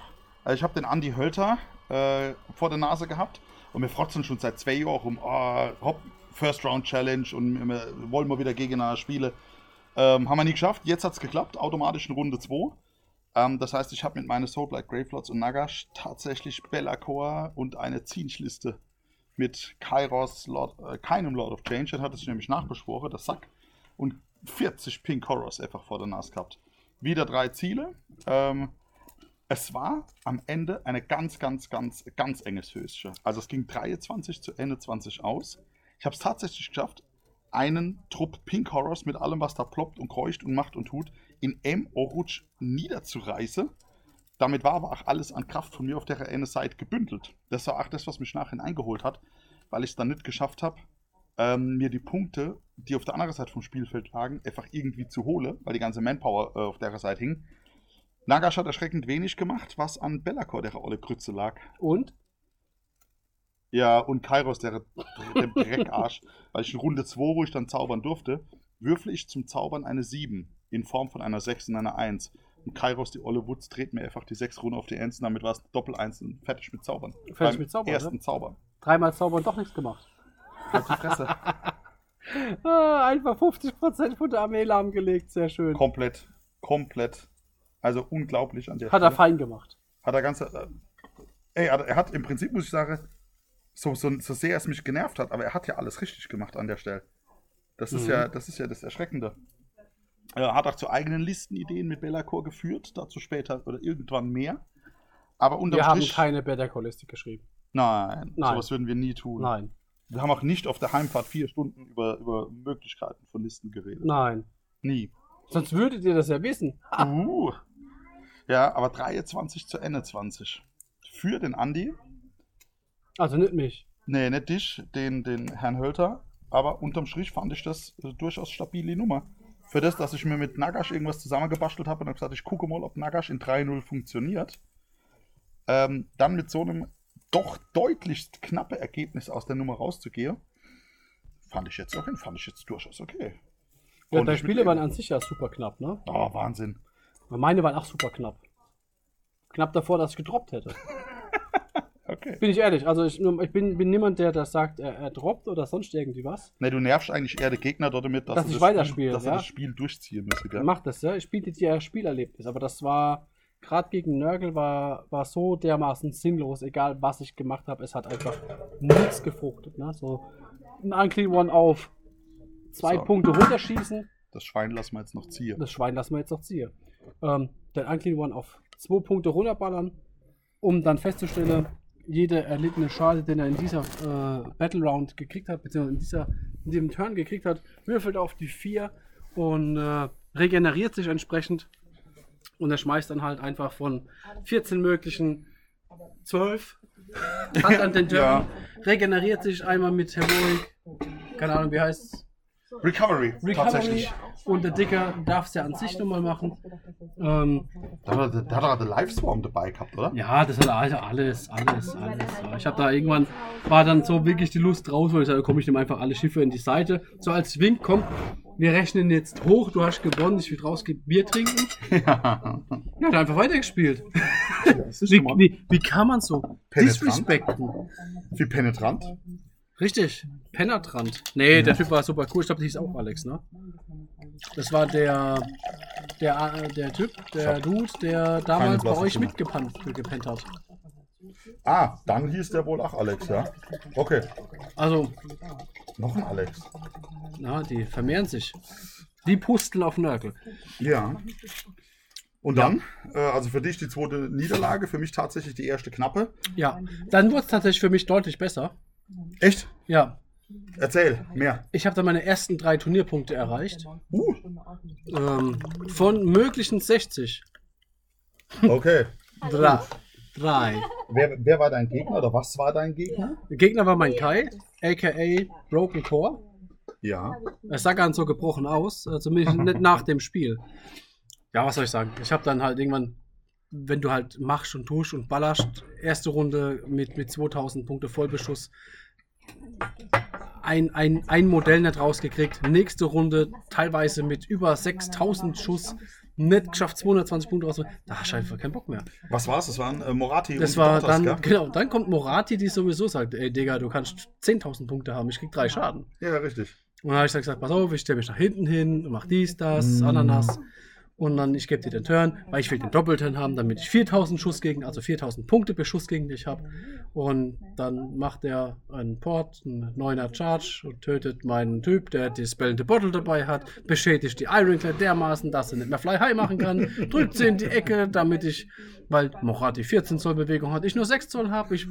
A: Also ich habe den Andy Hölter äh, vor der Nase gehabt und wir frotzen schon seit zwei Jahren um oh, hopp, First Round Challenge und wir wollen mal wieder gegeneinander spielen. Ähm, haben wir nie geschafft. Jetzt hat es geklappt, automatisch in Runde 2. Ähm, das heißt, ich habe mit meinen Soulblight Greyflots und Nagash tatsächlich Bellacor und eine Zinschliste mit Kairos, Lord, äh, keinem Lord of Change. Das hat es nämlich nachbeschworen, das Sack und 40 Pink Horrors einfach vor der Nase gehabt. Wieder drei Ziele. Ähm, es war am Ende eine ganz, ganz, ganz, ganz enges Höschen. Also es ging 23 zu Ende 20 aus. Ich habe es tatsächlich geschafft, einen Trupp Pink Horrors mit allem, was da ploppt und kreucht und macht und tut, in M. Orutsch niederzureißen. Damit war aber auch alles an Kraft von mir auf der einen Seite gebündelt. Das war auch das, was mich nachher eingeholt hat, weil ich es dann nicht geschafft habe, ähm, mir die Punkte, die auf der anderen Seite vom Spielfeld lagen, einfach irgendwie zu hole, weil die ganze Manpower äh, auf der Seite hing. Nagash hat erschreckend wenig gemacht, was an Bellacor, der olle Grütze lag.
B: Und?
A: Ja, und Kairos, der, der
B: [LAUGHS]
A: Dreckarsch, weil ich in Runde 2, wo ich dann zaubern durfte, würfle ich zum Zaubern eine 7 in Form von einer 6 und einer 1. Und Kairos, die Olle Woods, dreht mir einfach die 6 Runden auf die 1 und damit war es Doppel 1 und fertig mit Zaubern.
B: Fertig
A: Beim
B: mit Zaubern, ne? Halt
A: Ersten Zaubern.
B: Dreimal zaubern doch nichts gemacht.
A: Auf die Fresse.
B: Ah, einfach 50% von der Armee lahmgelegt, sehr schön.
A: komplett, komplett. Also unglaublich an der
B: Hat er
A: Stelle.
B: fein gemacht.
A: Hat er ganze. Äh, ey, er, er hat im Prinzip, muss ich sagen, so, so, so sehr es mich genervt hat, aber er hat ja alles richtig gemacht an der Stelle. Das ist,
B: Mhm.
A: ja, das, ist ja das Erschreckende. Er hat auch zu eigenen Listenideen mit Bellacor geführt, dazu später oder irgendwann mehr. Aber
B: Wir
A: unterm
B: haben
A: Strich.
B: keine Better Call Liste geschrieben.
A: nein,
B: Nein.
A: sowas würden wir nie tun.
B: Nein,
A: Wir haben auch nicht auf der Heimfahrt vier Stunden über, über Möglichkeiten von Listen geredet.
B: nein.
A: Nie.
B: Sonst würdet ihr das ja wissen.
A: Uh. Ja, aber 23 zu Ende 20. Für den Andi.
B: Also nicht mich.
A: Nee, nicht dich, den, den Herrn Hölter. Aber unterm Strich fand ich das äh, durchaus stabile Nummer. Für das, dass ich mir mit Nagash irgendwas zusammengebastelt habe und habe gesagt, ich gucke mal, ob Nagash in 3-0 funktioniert. Ähm, dann mit so einem doch deutlichst knappe Ergebnis aus der Nummer rauszugehen, fand ich jetzt okay, fand ich jetzt durchaus okay.
B: Ja,
A: Und
B: deine
A: ich mit
B: Spiele
A: ihm.
B: waren an sich ja super knapp, ne?
A: Oh, Wahnsinn.
B: Meine waren auch super knapp. Knapp davor, dass ich gedroppt hätte.
A: Okay.
B: Bin ich ehrlich, also ich, nur- ich bin, bin niemand, der das sagt, er, er droppt oder sonst irgendwie was.
A: Ne, du nervst eigentlich eher den Gegner dort damit, dass,
B: Dass
A: sie
B: ich
A: das Spiel,
B: weiterspiele,
A: dass sie
B: ja.
A: das Spiel durchziehen müssen.
B: Er
A: Gell?
B: macht das, ja. Ich spielte dir Spielerlebnis, aber das war, gerade gegen Nörgel, war, war so dermaßen sinnlos, egal was ich gemacht habe. Es hat einfach nichts gefruchtet, ne? So ein Unclean One auf zwei
A: So.
B: Punkte runterschießen.
A: Das Schwein lassen wir jetzt noch ziehen.
B: Das Schwein lassen wir jetzt noch ziehen. Ähm, den Unclean One auf zwei Punkte runterballern, um dann festzustellen, jeder erlittene Schade, den er in dieser äh, Battle Round gekriegt hat, beziehungsweise in, dieser, in diesem Turn gekriegt hat, würfelt auf die 4 und äh, regeneriert sich entsprechend. Und er schmeißt dann halt einfach von 14 möglichen 12 hat an den Turn,
A: Ja.
B: regeneriert sich einmal mit Heroic, keine Ahnung wie heißt
A: Recovery,
B: Recovery
A: tatsächlich.
B: und der Dicker darf es ja an sich nochmal machen. Ähm,
A: Da hat er, da hat er den Liveswarm dabei gehabt, oder?
B: ja, das hat also alles, alles, alles. Ja, Ich habe da irgendwann, war dann so wirklich die Lust raus, weil ich sage, komm, ich nehme einfach alle Schiffe in die Seite. So als Wink, komm, wir rechnen jetzt hoch, du hast gewonnen, ich will rausgehen, Bier trinken.
A: [LAUGHS] Ja.
B: Ja, dann einfach weitergespielt.
A: Das ist
B: Wie,
A: schon mal-
B: wie, wie kann man so
A: Penetrant.
B: disrespekten?
A: Wie penetrant.
B: Richtig, penetrant. Nee, der Typ war super cool. Ich glaube, der hieß auch Alex, ne? Das war der, der, äh, der Typ, der Dude, der damals bei
A: blassen
B: euch
A: Schimmer.
B: mitgepennt gepennt hat.
A: Ah, dann hieß der wohl auch Alex, ja? Okay,
B: Also,
A: noch ein Alex.
B: ja, die vermehren sich. Die pusteln auf Nörkel.
A: Ja. Und dann, äh, also für dich die zweite Niederlage, für mich tatsächlich die erste knappe.
B: Ja, dann wurde es tatsächlich für mich deutlich besser.
A: Echt?
B: Ja,
A: Erzähl, [LAUGHS] mehr.
B: ich habe dann meine ersten drei Turnierpunkte erreicht.
A: Uh,
B: Ähm, von möglichen 60.
A: okay.
B: Drei. Drei.
A: wer, wer war dein Gegner oder was war dein Gegner?
B: Der Gegner war mein Kai, aka Broken Core.
A: Ja.
B: Es sah ganz so gebrochen aus, äh,
A: [LAUGHS]
B: zumindest nicht nach dem Spiel. Ja, was soll ich sagen? Ich habe dann halt irgendwann, wenn du halt machst und tust und ballerst, erste Runde mit, mit 2000 Punkte Vollbeschuss, ein, ein, ein Modell nicht rausgekriegt, nächste Runde teilweise mit über 6000 Schuss, nicht geschafft, 220 Punkte raus. Da hast du halt einfach keinen Bock mehr.
A: Was war's? Das waren äh, Morati
B: Das
A: und
B: war
A: Datas,
B: dann,
A: gell?
B: genau, dann kommt Morati, die sowieso sagt, ey Digga, du kannst 10.000 Punkte haben, ich krieg drei Schaden.
A: Ja, richtig.
B: Und dann habe ich dann gesagt, pass auf, ich stelle mich nach hinten hin, und mach dies, das, Ananas. Und dann, ich gebe dir den Turn, weil ich will den Doppelturn haben, damit ich 4000 Schuss gegen, also 4000 Punkte per Schuss gegen dich habe. Und dann macht er einen Port, einen 9er Charge und tötet meinen Typ, der die Spellende Bottle dabei hat, beschädigt die Ironclad dermaßen, dass er nicht mehr Fly High machen kann, drückt sie in die Ecke, damit ich, weil Morati 14 Zoll Bewegung hat, ich nur 6 Zoll habe. Ich,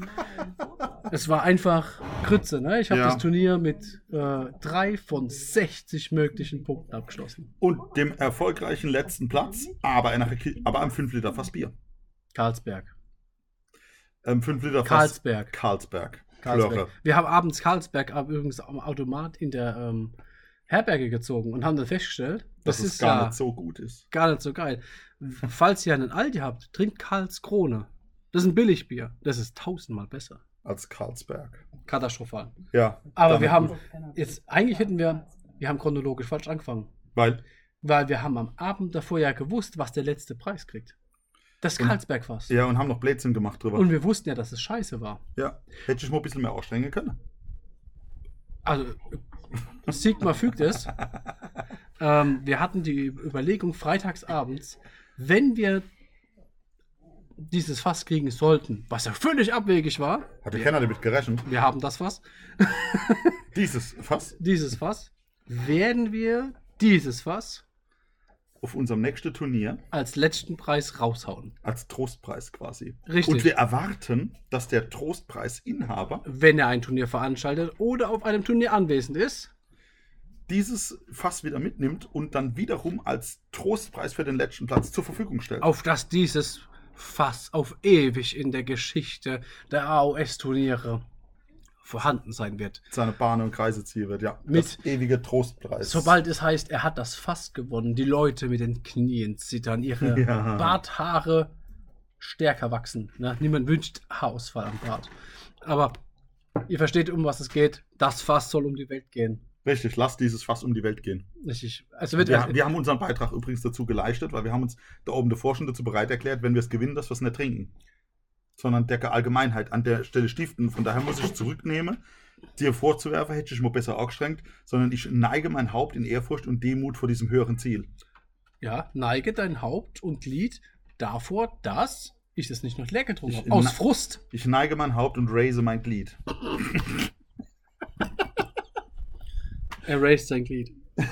B: es war einfach Grütze, ne? Ich habe
A: Ja.
B: das Turnier mit äh, drei von 60 möglichen Punkten abgeschlossen.
A: Und dem erfolgreichen letzten Platz, aber, einer, Ki- aber am 5 Liter Fass Bier.
B: Karlsberg.
A: Ähm, 5 Liter Fass
B: Karlsberg.
A: Karlsberg.
B: Karlsberg.
A: Flöre.
B: Wir haben abends Karlsberg ab- übrigens am Automat in der ähm, Herberge gezogen und haben dann festgestellt,
A: Dass
B: das,
A: es
B: ist
A: gar
B: ja
A: nicht so gut ist.
B: gar nicht so geil. Falls ihr einen Aldi habt, trinkt Karls Krone. Das ist ein Billigbier. Das ist tausendmal besser.
A: als Karlsberg.
B: Katastrophal.
A: Ja.
B: Aber
A: damit
B: wir haben
A: gut.
B: jetzt, eigentlich hätten wir, wir haben chronologisch falsch angefangen.
A: Weil,
B: Weil wir haben am Abend davor ja gewusst, was der letzte Preis kriegt. Das
A: Und-
B: Karlsberg war's.
A: ja, und haben noch Blödsinn gemacht drüber.
B: Und wir wussten ja, dass es scheiße war.
A: ja. Hätte ich mal ein bisschen mehr ausstrengen können.
B: Also, Sigma fügt es. Ähm, wir hatten die Überlegung freitagsabends, wenn wir dieses Fass kriegen sollten, was ja völlig abwegig war,
A: Hatte keiner damit gerechnet.
B: wir haben das Fass,
A: Dieses Fass
B: dieses Fass, werden wir dieses Fass
A: auf unserem nächsten Turnier
B: als letzten Preis raushauen.
A: als Trostpreis quasi.
B: Richtig.
A: Und wir erwarten, dass der Trostpreisinhaber
B: Wenn er ein Turnier veranstaltet oder auf einem Turnier anwesend ist,
A: dieses Fass wieder mitnimmt und dann wiederum als Trostpreis für den letzten Platz zur Verfügung stellt.
B: auf das dieses Fass auf ewig in der Geschichte der AOS-Turniere vorhanden sein wird.
A: Seine Bahn und Kreise ziehen wird, ja.
B: Mit-
A: das ewige Trostpreis.
B: Sobald es heißt, er hat das Fass gewonnen, die Leute mit den Knien zittern, ihre
A: [LAUGHS] Ja.
B: Barthaare stärker wachsen. Ne? Niemand wünscht Haarausfall am Bart. Aber ihr versteht, um was es geht. Das Fass soll um die Welt gehen.
A: Richtig, lass dieses Fass um die Welt gehen.
B: Richtig. Also wird
A: Wir, wir haben unseren Beitrag übrigens dazu geleistet, weil wir haben uns da oben der Forschung dazu bereit erklärt, wenn wir es gewinnen, dass wir es nicht trinken. Sondern der Allgemeinheit an der Stelle stiften. Von daher muss ich zurücknehmen, dir vorzuwerfen, hätte ich mal besser angestrengt, sondern ich neige mein Haupt in Ehrfurcht und Demut vor diesem höheren Ziel.
B: ja, neige dein Haupt und Glied davor, dass ich das nicht noch leer getrunken
A: Ich-
B: habe. Aus
A: na-
B: Frust.
A: Ich neige mein Haupt und raise mein Glied.
B: Erased sein Glied.
A: Ja.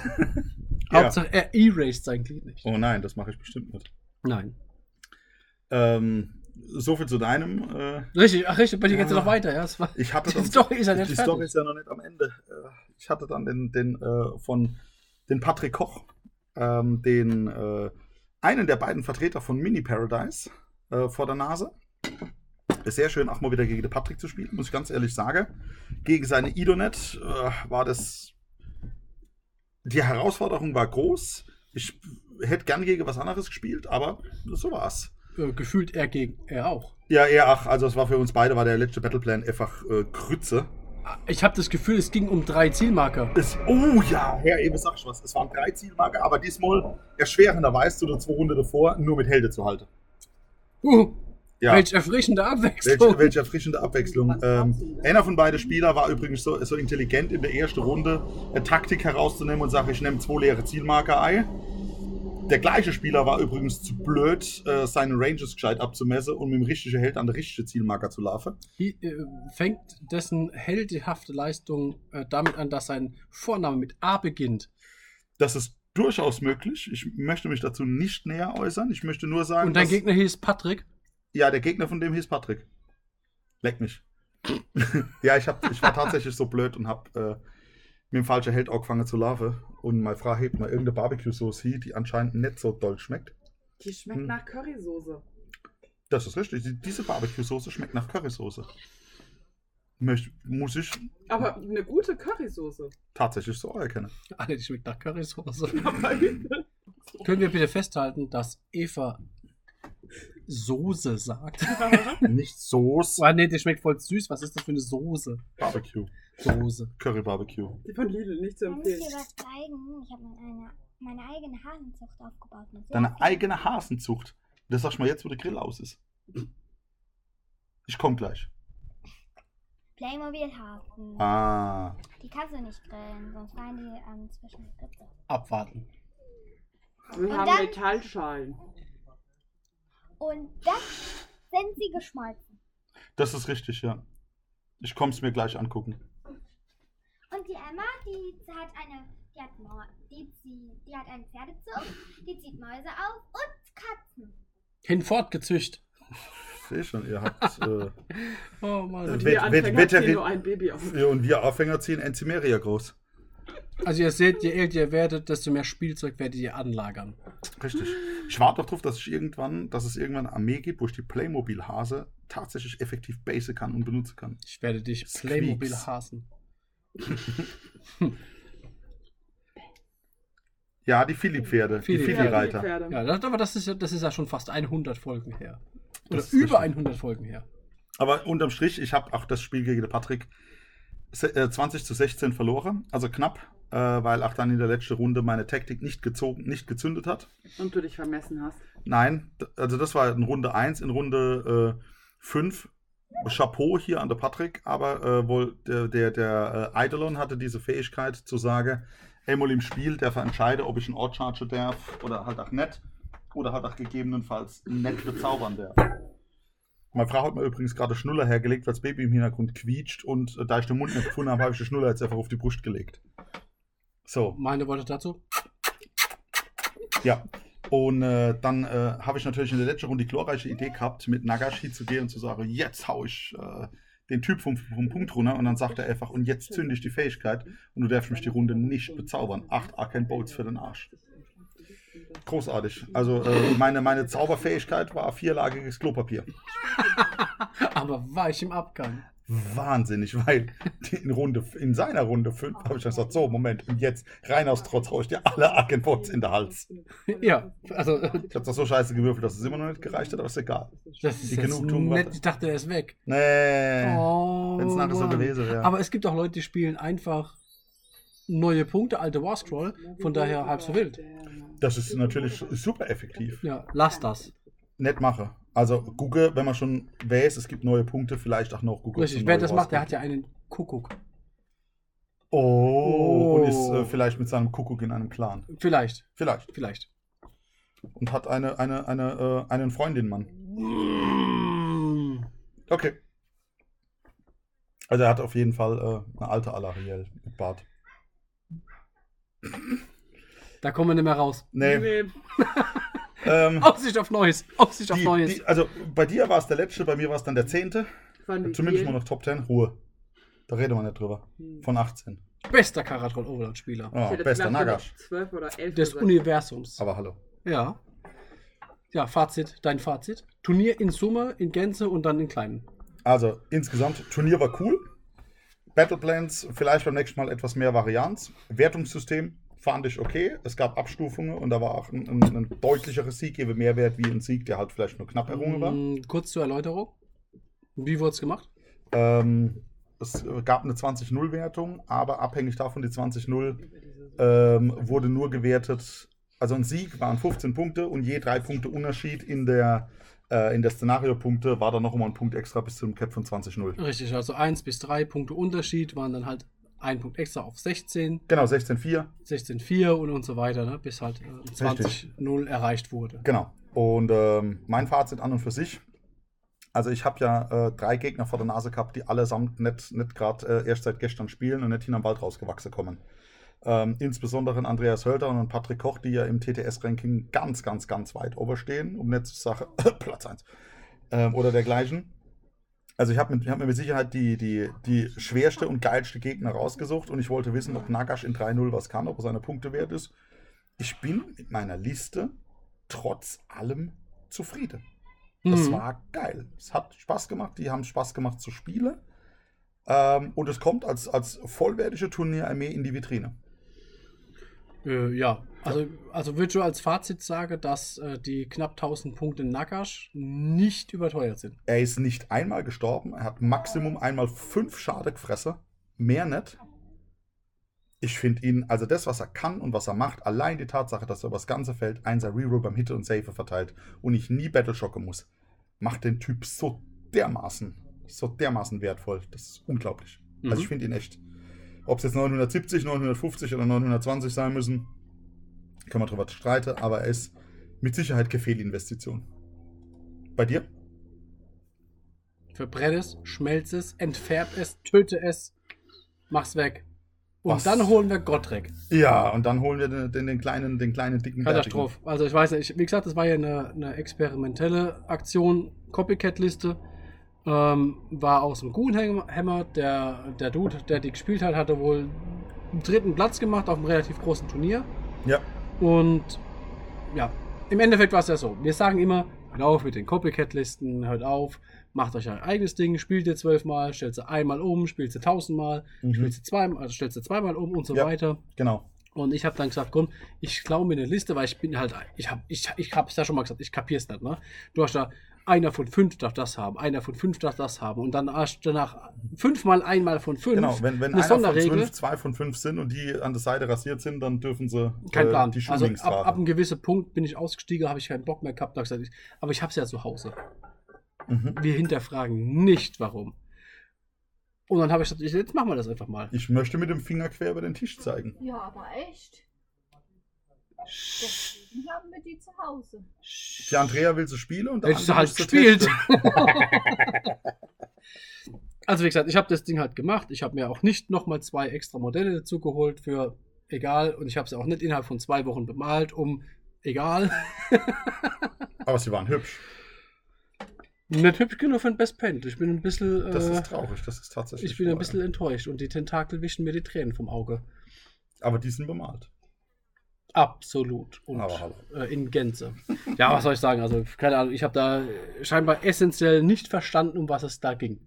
B: Hauptsache, er erased sein Glied nicht.
A: Oh nein, das mache ich bestimmt nicht.
B: Nein.
A: Ähm, so viel zu deinem. Äh,
B: Richtig, ach richtig, bei dir geht's ja
A: Ja.
B: noch weiter. Ja, es war,
A: [LAUGHS] ich hatte
B: die
A: dann,
B: Story ist ja nicht
A: die
B: fertig.
A: Story ist ja noch nicht am Ende. Äh, Ich hatte dann den, den äh, von den Patrick Koch, ähm, den äh, einen der beiden Vertreter von Mini Paradise äh, vor der Nase. Ist sehr schön, auch mal wieder gegen den Patrick zu spielen, muss ich ganz ehrlich sagen. Gegen seine Idonet äh, war das. Die Herausforderung war groß. Ich hätte gern gegen was anderes gespielt, aber so war's.
B: äh, gefühlt er gegen er auch.
A: Ja, eher ach, also es war für uns beide, war der letzte Battleplan einfach äh, Krütze.
B: Ich habe das Gefühl, es ging um drei Zielmarker.
A: Es, oh ja, Herr Ewe, sagst du was. Es waren drei Zielmarker, aber diesmal erschwerenderweise zu der zwei Runde davor, nur mit Helde zu halten.
B: Uh,
A: Ja,
B: Welch erfrischende Abwechslung.
A: welche, welche erfrischende Abwechslung. Ähm, einer von beiden Spieler war übrigens so, so intelligent, in der ersten Runde eine Taktik herauszunehmen und sagt, ich nehme zwei leere Zielmarker ein. Der gleiche Spieler war übrigens zu blöd, äh, seine Ranges gescheit abzumessen und mit dem richtigen Held an der richtigen Zielmarker zu laufen.
B: Hi- äh, Fängt dessen heldenhafte Leistung äh, damit an, dass sein Vorname mit A beginnt.
A: Das ist durchaus möglich. Ich möchte mich dazu nicht näher äußern. Ich möchte nur sagen,
B: Und dein
A: dass-
B: Gegner hieß Patrick.
A: ja, der Gegner von dem hieß Patrick. Leck mich. [LAUGHS] ja, ich, hab, ich war tatsächlich so blöd und habe äh, mit dem falschen Held angefangen zu laufen. Und meine Frau hebt mal irgendeine Barbecue-Sauce hier, die anscheinend nicht so doll schmeckt.
C: Die schmeckt
A: Hm.
C: nach Currysoße.
A: Das ist richtig. Die- Diese Barbecue-Soße schmeckt nach Currysoße. Möcht, muss ich
C: Aber eine gute Currysoße. [LAUGHS]
A: tatsächlich so erkennen.
B: Ah, die schmeckt nach Currysoße. Können wir bitte festhalten, dass Eva Soße sagt?
A: Nicht Soße.
B: Ah, nee, die schmeckt voll süß. Was ist das für eine Soße?
A: Barbecue.
B: Soße.
A: Curry-Barbecue.
C: Die von Lidl, nicht zu
D: Ich muss dir
C: empfehlen.
D: was zeigen. Ich habe meine, meine eigene Hasenzucht aufgebaut. Mit sehr
A: Deine
D: vielen-
A: eigene Hasenzucht. Das sagst du mal jetzt, wo der Grill aus ist. Ich komm gleich.
D: Playmobil-Hasen.
A: Ah.
D: Die kannst du nicht grillen, sonst fallen die ähm, zwischen die Rippen.
B: Abwarten.
C: Wir
D: Und
C: haben
D: dann-
C: Metallschalen.
D: Und dann sind sie geschmolzen.
A: Das ist richtig, ja. Ich komme es mir gleich angucken.
D: Und die Emma, die hat eine, die hat, Mau- die, die, die hat einen Pferdezucht, die zieht Mäuse auf und Katzen.
B: Hinfort gezücht.
A: Ich sehe schon, ihr habt. äh, [LAUGHS]
B: Oh Mann.
C: Und
A: Wet-
C: wir Anfänger
A: Wet-
C: ziehen
A: Veterin-
C: nur ein Baby auf.
A: ja, und wir Anfänger ziehen Enzimeria groß.
B: Also ihr seht, je älter ihr werdet, desto mehr Spielzeug werdet ihr anlagern.
A: Richtig. Ich warte doch drauf, dass ich irgendwann, dass es irgendwann eine Armee gibt, wo ich die Playmobil-Hase tatsächlich effektiv base kann und benutzen kann.
B: Ich werde dich
A: Squeaks.
B: Playmobil hasen.
A: Ja, die Philly-Pferde, die
B: Philly-
A: Philly-Reiter.
C: Pferde.
B: Ja, das, aber das ist, ja, das ist ja schon fast 100 Folgen her. Oder
A: Das ist
B: über
A: richtig.
B: 100 Folgen her.
A: Aber unterm Strich, ich habe auch das Spiel gegen den Patrick se- äh, 20 zu 16 verloren. Also knapp, äh, weil auch dann in der letzten Runde meine Taktik nicht gezogen, nicht gezündet hat.
C: Und du dich vermessen hast.
A: Nein, d- also das war in Runde 1, in Runde 5. Chapeau hier an der Patrick, aber äh, wohl der, der, der äh, Eidolon hatte diese Fähigkeit zu sagen, einmal im Spiel darf er entscheiden, ob ich einen Ort charge darf oder halt auch nicht. Oder halt auch gegebenenfalls nicht bezaubern darf. Meine Frau hat mir übrigens gerade Schnuller hergelegt, weil das Baby im Hintergrund quietscht und äh, da ich den Mund nicht gefunden habe, habe ich den Schnuller jetzt einfach auf die Brust gelegt. So.
B: Meine Worte dazu. [LAUGHS]
A: Ja. Und äh, dann äh, habe ich natürlich in der letzten Runde die glorreiche Idee gehabt, mit Nagashi zu gehen und zu sagen, jetzt hau ich äh, den Typ vom, vom Punkt runter. Und dann sagt er einfach, und jetzt zünde ich die Fähigkeit und du darfst mich die Runde nicht bezaubern. Acht Arcane Bolts für den Arsch. Großartig. Also äh, meine, meine Zauberfähigkeit war vierlagiges Klopapier.
B: Aber war ich im Abgang.
A: Wahnsinnig, weil die in, Runde, in seiner Runde fünf habe ich dann gesagt, so, Moment, und jetzt rein aus Trotz hau ich dir alle Arcane Bolts in den
C: [LAUGHS]
A: Hals.
B: Ja, also
A: Ich habe das so scheiße gewürfelt, dass es immer noch nicht gereicht hat, aber ist egal.
B: das
A: Die
B: ist jetzt
A: Genugtuung war-
B: nett. Ich dachte, er ist weg.
A: Nee.
B: Oh,
A: Wenn es nachher so
B: Mann.
A: gewesen wäre.
B: Aber es gibt auch Leute, die spielen einfach neue Punkte, alte War-Scroll, von daher halb so wild.
A: das ist natürlich super effektiv.
B: Ja, lass das.
A: Nett mache. Also Google, wenn man schon weiß, es gibt neue Punkte, vielleicht auch noch Google.
B: Richtig, wer das macht, der hat ja einen Kuckuck.
A: Oh, und
B: Oh.
A: ist äh, vielleicht mit seinem Kuckuck in einem Clan.
B: Vielleicht,
A: Vielleicht.
B: vielleicht.
A: Und hat eine, eine, eine, äh, einen Freundin-Mann. Okay. Also er hat auf jeden Fall äh, eine alte Alariel mit Bart.
B: Da kommen wir nicht mehr raus.
A: Nee.
C: Nee.
A: Ähm,
B: Aussicht auf Neues, Aussicht auf
A: die,
B: Oh, Neues.
A: die, also bei dir war es der letzte, bei mir war es dann der zehnte.
C: Von wie
A: Zumindest
C: viel?
A: mal noch Top 10. Ruhe. Da reden wir nicht drüber.
C: Hm.
A: Von 18.
B: Bester Karatrol Overland Spieler
A: Ja, Also-
C: Ich hätte
A: bester
C: vielleicht
A: Nagash.
C: 12 oder 11
B: des
C: gesagt.
B: Universums.
A: Aber hallo.
B: Ja. Ja, Fazit, dein Fazit. Turnier in Summe, in Gänze und dann in kleinen.
A: Also insgesamt, Turnier war cool. Battleplans, vielleicht beim nächsten Mal etwas mehr Varianz. Wertungssystem fand ich okay. Es gab Abstufungen und da war auch ein, ein, ein deutlicherer Sieg, gebe Mehrwert wie ein Sieg, der halt vielleicht nur knapp errungen war.
B: Mm, kurz zur Erläuterung. Wie wurde es gemacht?
A: Ähm, es gab eine 20-0-Wertung, aber abhängig davon, die 20-0 ähm, wurde nur gewertet. Also ein Sieg waren 15 Punkte und je drei Punkte Unterschied in der, äh, in der Szenario-Punkte war dann noch immer ein Punkt extra bis zum Cap von 20-0.
B: Richtig, also 1 bis 3 Punkte Unterschied waren dann halt ein Punkt extra auf 16,
A: Genau, 16-4.
B: 16,4 und, und so weiter, ne? bis halt äh, 20-0 erreicht wurde.
A: Genau. Und ähm, mein Fazit an und für sich. Also ich habe ja äh, drei Gegner vor der Nase gehabt, die allesamt nicht, nicht gerade äh, erst seit gestern spielen und nicht hin am Wald rausgewachsen kommen. Ähm, insbesondere in Andreas Hölter und in Patrick Koch, die ja im TTS-Ranking ganz, ganz, ganz weit oberstehen, um nicht zu sagen, [COUGHS] Platz 1 ähm, oder dergleichen. Also ich habe mir, ich hab mir mit Sicherheit die, die, die schwerste und geilste Gegner rausgesucht und ich wollte wissen, ob Nagash in 3-0 was kann, ob er seine Punkte wert ist. Ich bin mit meiner Liste trotz allem zufrieden. Das
B: Mhm.
A: war geil. Es hat Spaß gemacht. Die haben Spaß gemacht zu spielen. Ähm, und es kommt als, als vollwertige Turnierarmee in die Vitrine.
B: Äh, ja, also, also würde ich als Fazit sagen, dass äh, die knapp 1000 Punkte Nakash nicht überteuert sind.
A: Er ist nicht einmal gestorben. Er hat Maximum einmal fünf Schade gefressen. Mehr nicht. Ich finde ihn, also das, was er kann und was er macht, allein die Tatsache, dass er über das ganze Feld einser Reroll beim Hitte und Safe verteilt und ich nie Battleshocken muss, macht den Typ so dermaßen, so dermaßen wertvoll. Das ist unglaublich.
B: Mhm.
A: Also ich finde ihn echt. Ob es jetzt 970, 950 oder 920 sein müssen, kann man drüber streiten, aber er ist mit Sicherheit keine Fehlinvestition. Bei dir?
B: Verbrenne es, schmelze es, entfärb es, töte es, mach's weg. Und
A: Was?
B: dann holen wir Gottrek.
A: Ja, und dann holen wir den, den, den kleinen, den kleinen dicken
B: Katastrophe. Also ich weiß nicht, ich, wie gesagt, das war ja eine, eine experimentelle Aktion, Copycat-Liste. Ähm, war aus dem Guhenhammer, der, der Dude, der die gespielt hat, hatte wohl einen dritten Platz gemacht auf einem relativ großen Turnier.
A: Bärtigen. Ja,
B: Und ja, im Endeffekt war es ja so. Wir sagen immer, hört auf mit den Copycat-Listen, hört auf, macht euch euer eigenes Ding, spielt ihr zwölfmal, stellt sie einmal um, spielt sie tausendmal,
A: Mhm.
B: spielt sie zweimal, also stellt sie zweimal um und so
A: Ja.
B: weiter.
A: genau.
B: Und ich habe dann gesagt, komm, ich klaue mir eine Liste, weil ich bin halt, ich habe, ich, ich hab's ja schon mal gesagt, ich kapier's nicht, ne? Du hast da einer von fünf darf das haben, einer von fünf darf das haben und dann erst danach fünfmal einmal von fünf.
A: Genau, wenn, wenn
B: eine
A: einer von
B: Sonderregel.
A: fünf, zwei von fünf sind und die an der Seite rasiert sind, dann dürfen sie
B: Kein
A: äh,
B: Plan.
A: die Schuhe
B: also
A: links
B: ab, ab
A: tragen.
B: einem gewissen Punkt bin ich ausgestiegen, habe ich keinen Bock mehr gehabt, hab gesagt, ich- aber ich habe es ja zu Hause.
A: Mhm.
B: Wir hinterfragen nicht, warum. Und dann habe ich gesagt, ich- jetzt machen wir das einfach mal.
A: Ich möchte mit dem Finger quer über den Tisch zeigen.
E: Ja, aber echt. Deswegen haben wir die zu Hause.
A: Die Andrea will sie spielen und der
B: Ich
A: andere
B: halt
A: will sie
B: gespielt.
A: testen.
B: also wie gesagt, ich habe das Ding halt gemacht. Ich habe mir auch nicht nochmal zwei extra Modelle dazu geholt für egal. Und ich habe es auch nicht innerhalb von zwei Wochen bemalt, um egal.
A: Aber sie waren hübsch.
B: Nicht hübsch genug für ein Best Paint. Ich bin ein bisschen,
A: Das
B: äh,
A: ist traurig, das ist tatsächlich.
B: ich bin ein
A: wahr,
B: bisschen
A: ja.
B: enttäuscht. Und die Tentakel wischen mir die Tränen vom Auge.
A: Aber die sind bemalt.
B: Absolut. Und
A: Aber hallo.
B: äh, in Gänze. Ja, was soll ich sagen? Also, keine Ahnung, ich habe da scheinbar essentiell nicht verstanden, um was es da ging.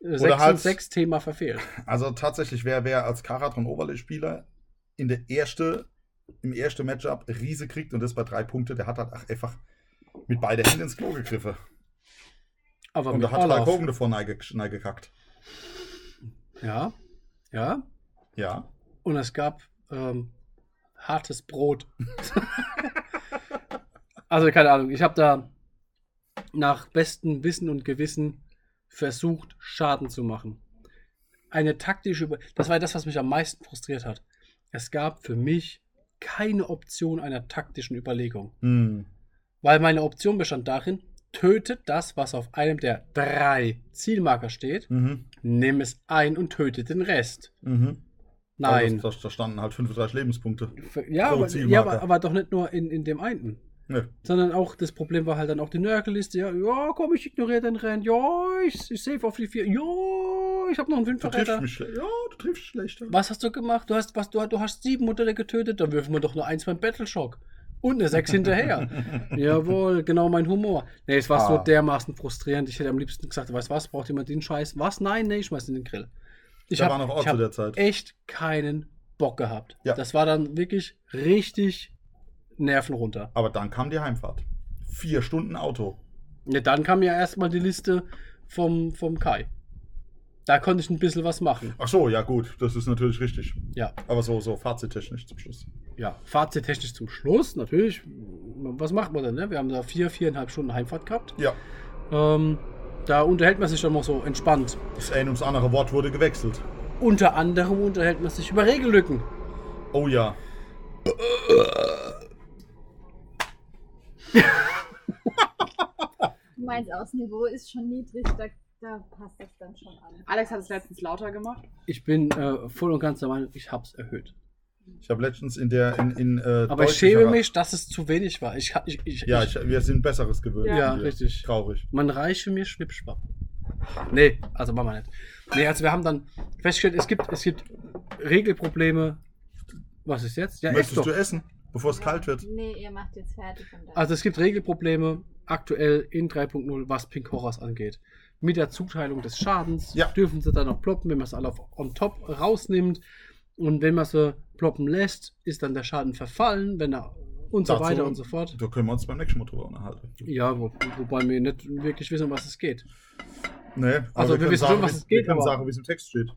B: Äh, Sechs,
A: halt-
B: und sechs Thema verfehlt.
A: Also tatsächlich, wer, wer als Karatron Overlay-Spieler in der erste, im ersten Matchup Riese kriegt und das bei drei Punkte, der hat halt auch einfach mit beiden Händen ins Klo gegriffen.
B: Aber
A: und
B: mit
A: da hat drei
B: Olaf.
A: Kuchen davor neigekackt.
B: Ja, ja.
A: Ja.
B: Und es gab ähm, hartes Brot. also keine Ahnung, ich habe da nach bestem Wissen und Gewissen versucht, Schaden zu machen. Eine taktische Über Das war das, was mich am meisten frustriert hat. Es gab für mich keine Option einer taktischen Überlegung.
A: Hm.
B: Weil meine Option bestand darin, tötet das, was auf einem der drei Zielmarker steht,
A: Mhm.
B: nimm es ein und tötet den Rest.
A: Mhm.
B: Nein.
A: Da, da, da standen halt 35 Lebenspunkte.
B: Für- Ja,
A: Pro
B: aber,
A: Zielmarker.
B: ja aber, aber doch nicht nur in, in dem einen.
A: Ne.
B: Sondern auch das Problem war halt dann auch die Nörgelliste. Ja, ja komm, ich ignoriere den Rennen. Ja, ich, ich save auf die vier. Ja, ich habe noch einen
A: Du triffst
B: Fünferretter.
A: mich schlecht. Ja, du triffst schlechter.
B: Was hast du gemacht? Du hast, was, du, du hast sieben Modelle getötet. Dann würfen wir doch nur eins beim Battleshock. Und eine
A: [LAUGHS]
B: sechs hinterher. Jawohl, genau mein Humor. Nee, es war so
A: Ah.
B: dermaßen frustrierend. Ich hätte am liebsten gesagt, weißt du was, braucht jemand den Scheiß? Was? Nein, nee, ich schmeiß in den Grill. Ich
A: da
B: hab-
A: war noch Ort
B: ich hab
A: zu der Zeit.
B: echt keinen Bock gehabt.
A: Ja.
B: Das war dann wirklich richtig Nerven runter.
A: Aber dann kam die Heimfahrt. Vier Stunden Auto.
B: Ja, dann kam ja erstmal die Liste vom, vom Kai. Da konnte ich ein bisschen was machen.
A: Ach so, ja gut, das ist natürlich richtig.
B: Ja,
A: Aber so, so fazittechnisch zum Schluss.
B: ja. Fazittechnisch zum Schluss, natürlich. Was macht man denn? Ne? Wir haben da vier, viereinhalb Stunden Heimfahrt gehabt.
A: Ja,
B: Ähm, da unterhält man sich dann noch so entspannt.
A: das ein ums andere Wort wurde gewechselt.
B: Unter anderem unterhält man sich über Regellücken.
A: Oh ja.
E: Meins Außenniveau ist schon niedrig, da, da passt das dann schon an.
C: Alex hat es letztens lauter gemacht.
B: Ich bin äh, voll und ganz der Meinung, ich hab's erhöht.
A: Ich habe letztens in der. In, in, äh,
B: Aber ich
A: deutlich
B: schäme
A: erra-
B: mich, dass es zu wenig war. Ich, ha- ich, ich,
A: Ja, ich, wir sind Besseres gewöhnt.
B: Ja,
A: hier.
B: richtig.
A: Traurig.
B: Man reiche mir Schwippschwapp. Nee, also machen wir nicht. Nee, also wir haben dann festgestellt, es gibt, es gibt Regelprobleme. Was ist jetzt? Ja, ist
A: Möchtest
B: doch.
A: du essen, bevor es kalt wird?
E: Nee, ihr macht jetzt fertig und dann.
B: Also es gibt Regelprobleme aktuell in 3.0, was Pink Horrors angeht. Mit der Zuteilung des Schadens
A: Ja.
B: dürfen sie dann auch ploppen, wenn man es alle auf, on top rausnimmt. Und wenn man sie ploppen lässt, ist dann der Schaden verfallen, wenn er und so
A: Dazu-
B: weiter und so fort.
A: Da können wir uns beim nächsten Mal drüber unterhalten.
B: Ja, wo, wobei wir nicht wirklich wissen, um was es geht.
A: Nee, aber
B: Also wir
A: können
B: wissen schon,
A: sagen,
B: was
A: wie-
B: es geht,
A: Wir können
B: aber-
A: sagen, wie es im Text steht.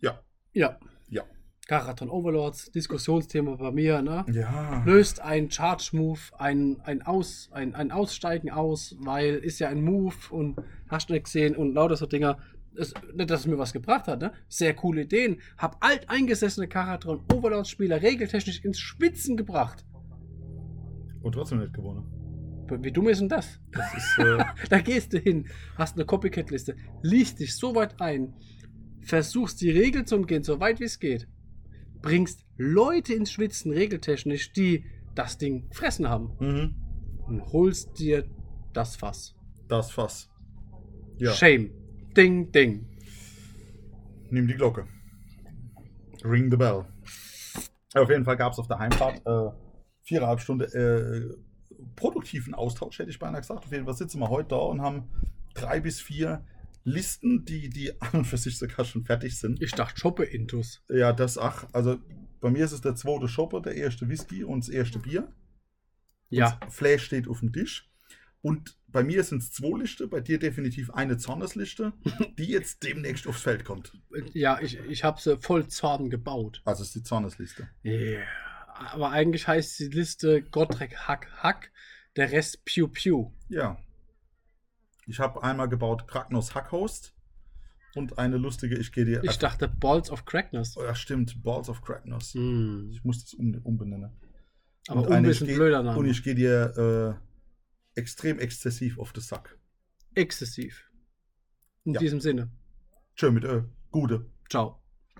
A: Ja.
B: Ja.
A: Ja.
B: Karaton Overlords, Diskussionsthema bei mir, ne?
A: Ja.
B: Löst ein Charge-Move, ein, ein, Aus, ein, ein Aussteigen aus, weil ist ja ein Move und hast nicht gesehen und lauter so Dinger. Es, nicht, dass es mir was gebracht hat, ne? Sehr coole Ideen. Hab alteingesessene Karaton Overlords-Spieler regeltechnisch ins Spitzen gebracht.
A: Und trotzdem nicht gewonnen.
B: Wie dumm ist denn das?
A: Das ist, äh,
B: [LAUGHS] Da gehst du hin, hast eine Copycat-Liste, liest dich so weit ein, versuchst die Regeln zu umgehen, so weit wie es geht, bringst Leute ins Schwitzen, regeltechnisch, die das Ding gefressen haben
A: [LAUGHS] mhm.
B: und holst dir das Fass.
A: das Fass. Ja.
B: Shame. Ding, ding.
A: Nimm die Glocke. Ring the bell. Also Auf jeden Fall gab es auf der Heimfahrt äh, viereinhalb Stunden äh, produktiven Austausch, hätte ich beinahe gesagt. Auf jeden Fall sitzen wir heute da und haben drei bis vier Listen, die, die an und für sich sogar schon fertig sind.
B: Ich dachte Shoppe-Intus.
A: Ja, das ach. Also bei mir ist es der zweite Schoppe, der erste Whisky und das erste Bier.
B: Ja.
A: Das Flash steht auf dem Tisch. Und bei mir sind es zwei Lichter, bei dir definitiv eine Zorneslichte, die jetzt demnächst aufs Feld kommt.
B: Ja, ich, ich habe sie voll Zorn gebaut.
A: Also es ist die Zorneslichte.
B: Yeah. Aber eigentlich heißt die Liste Gottrek Hack Hack, der Rest Pew Pew.
A: Ja. Ich habe einmal gebaut Kragnos Hackhost und eine lustige, ich gehe dir.
B: Ich dachte Balls of Crackness.
A: oh, ja, stimmt, Balls of Kragnos.
B: Hm.
A: Ich muss das um, umbenennen.
B: Aber um
A: eine,
B: ein
A: ich
B: bisschen
A: geh-
B: blöder
A: Und
B: Name.
A: ich gehe dir äh, extrem exzessiv auf den Sack.
B: Exzessiv. In
A: Ja.
B: diesem Sinne.
A: Tschö mit Ö. Gute.
B: Ciao.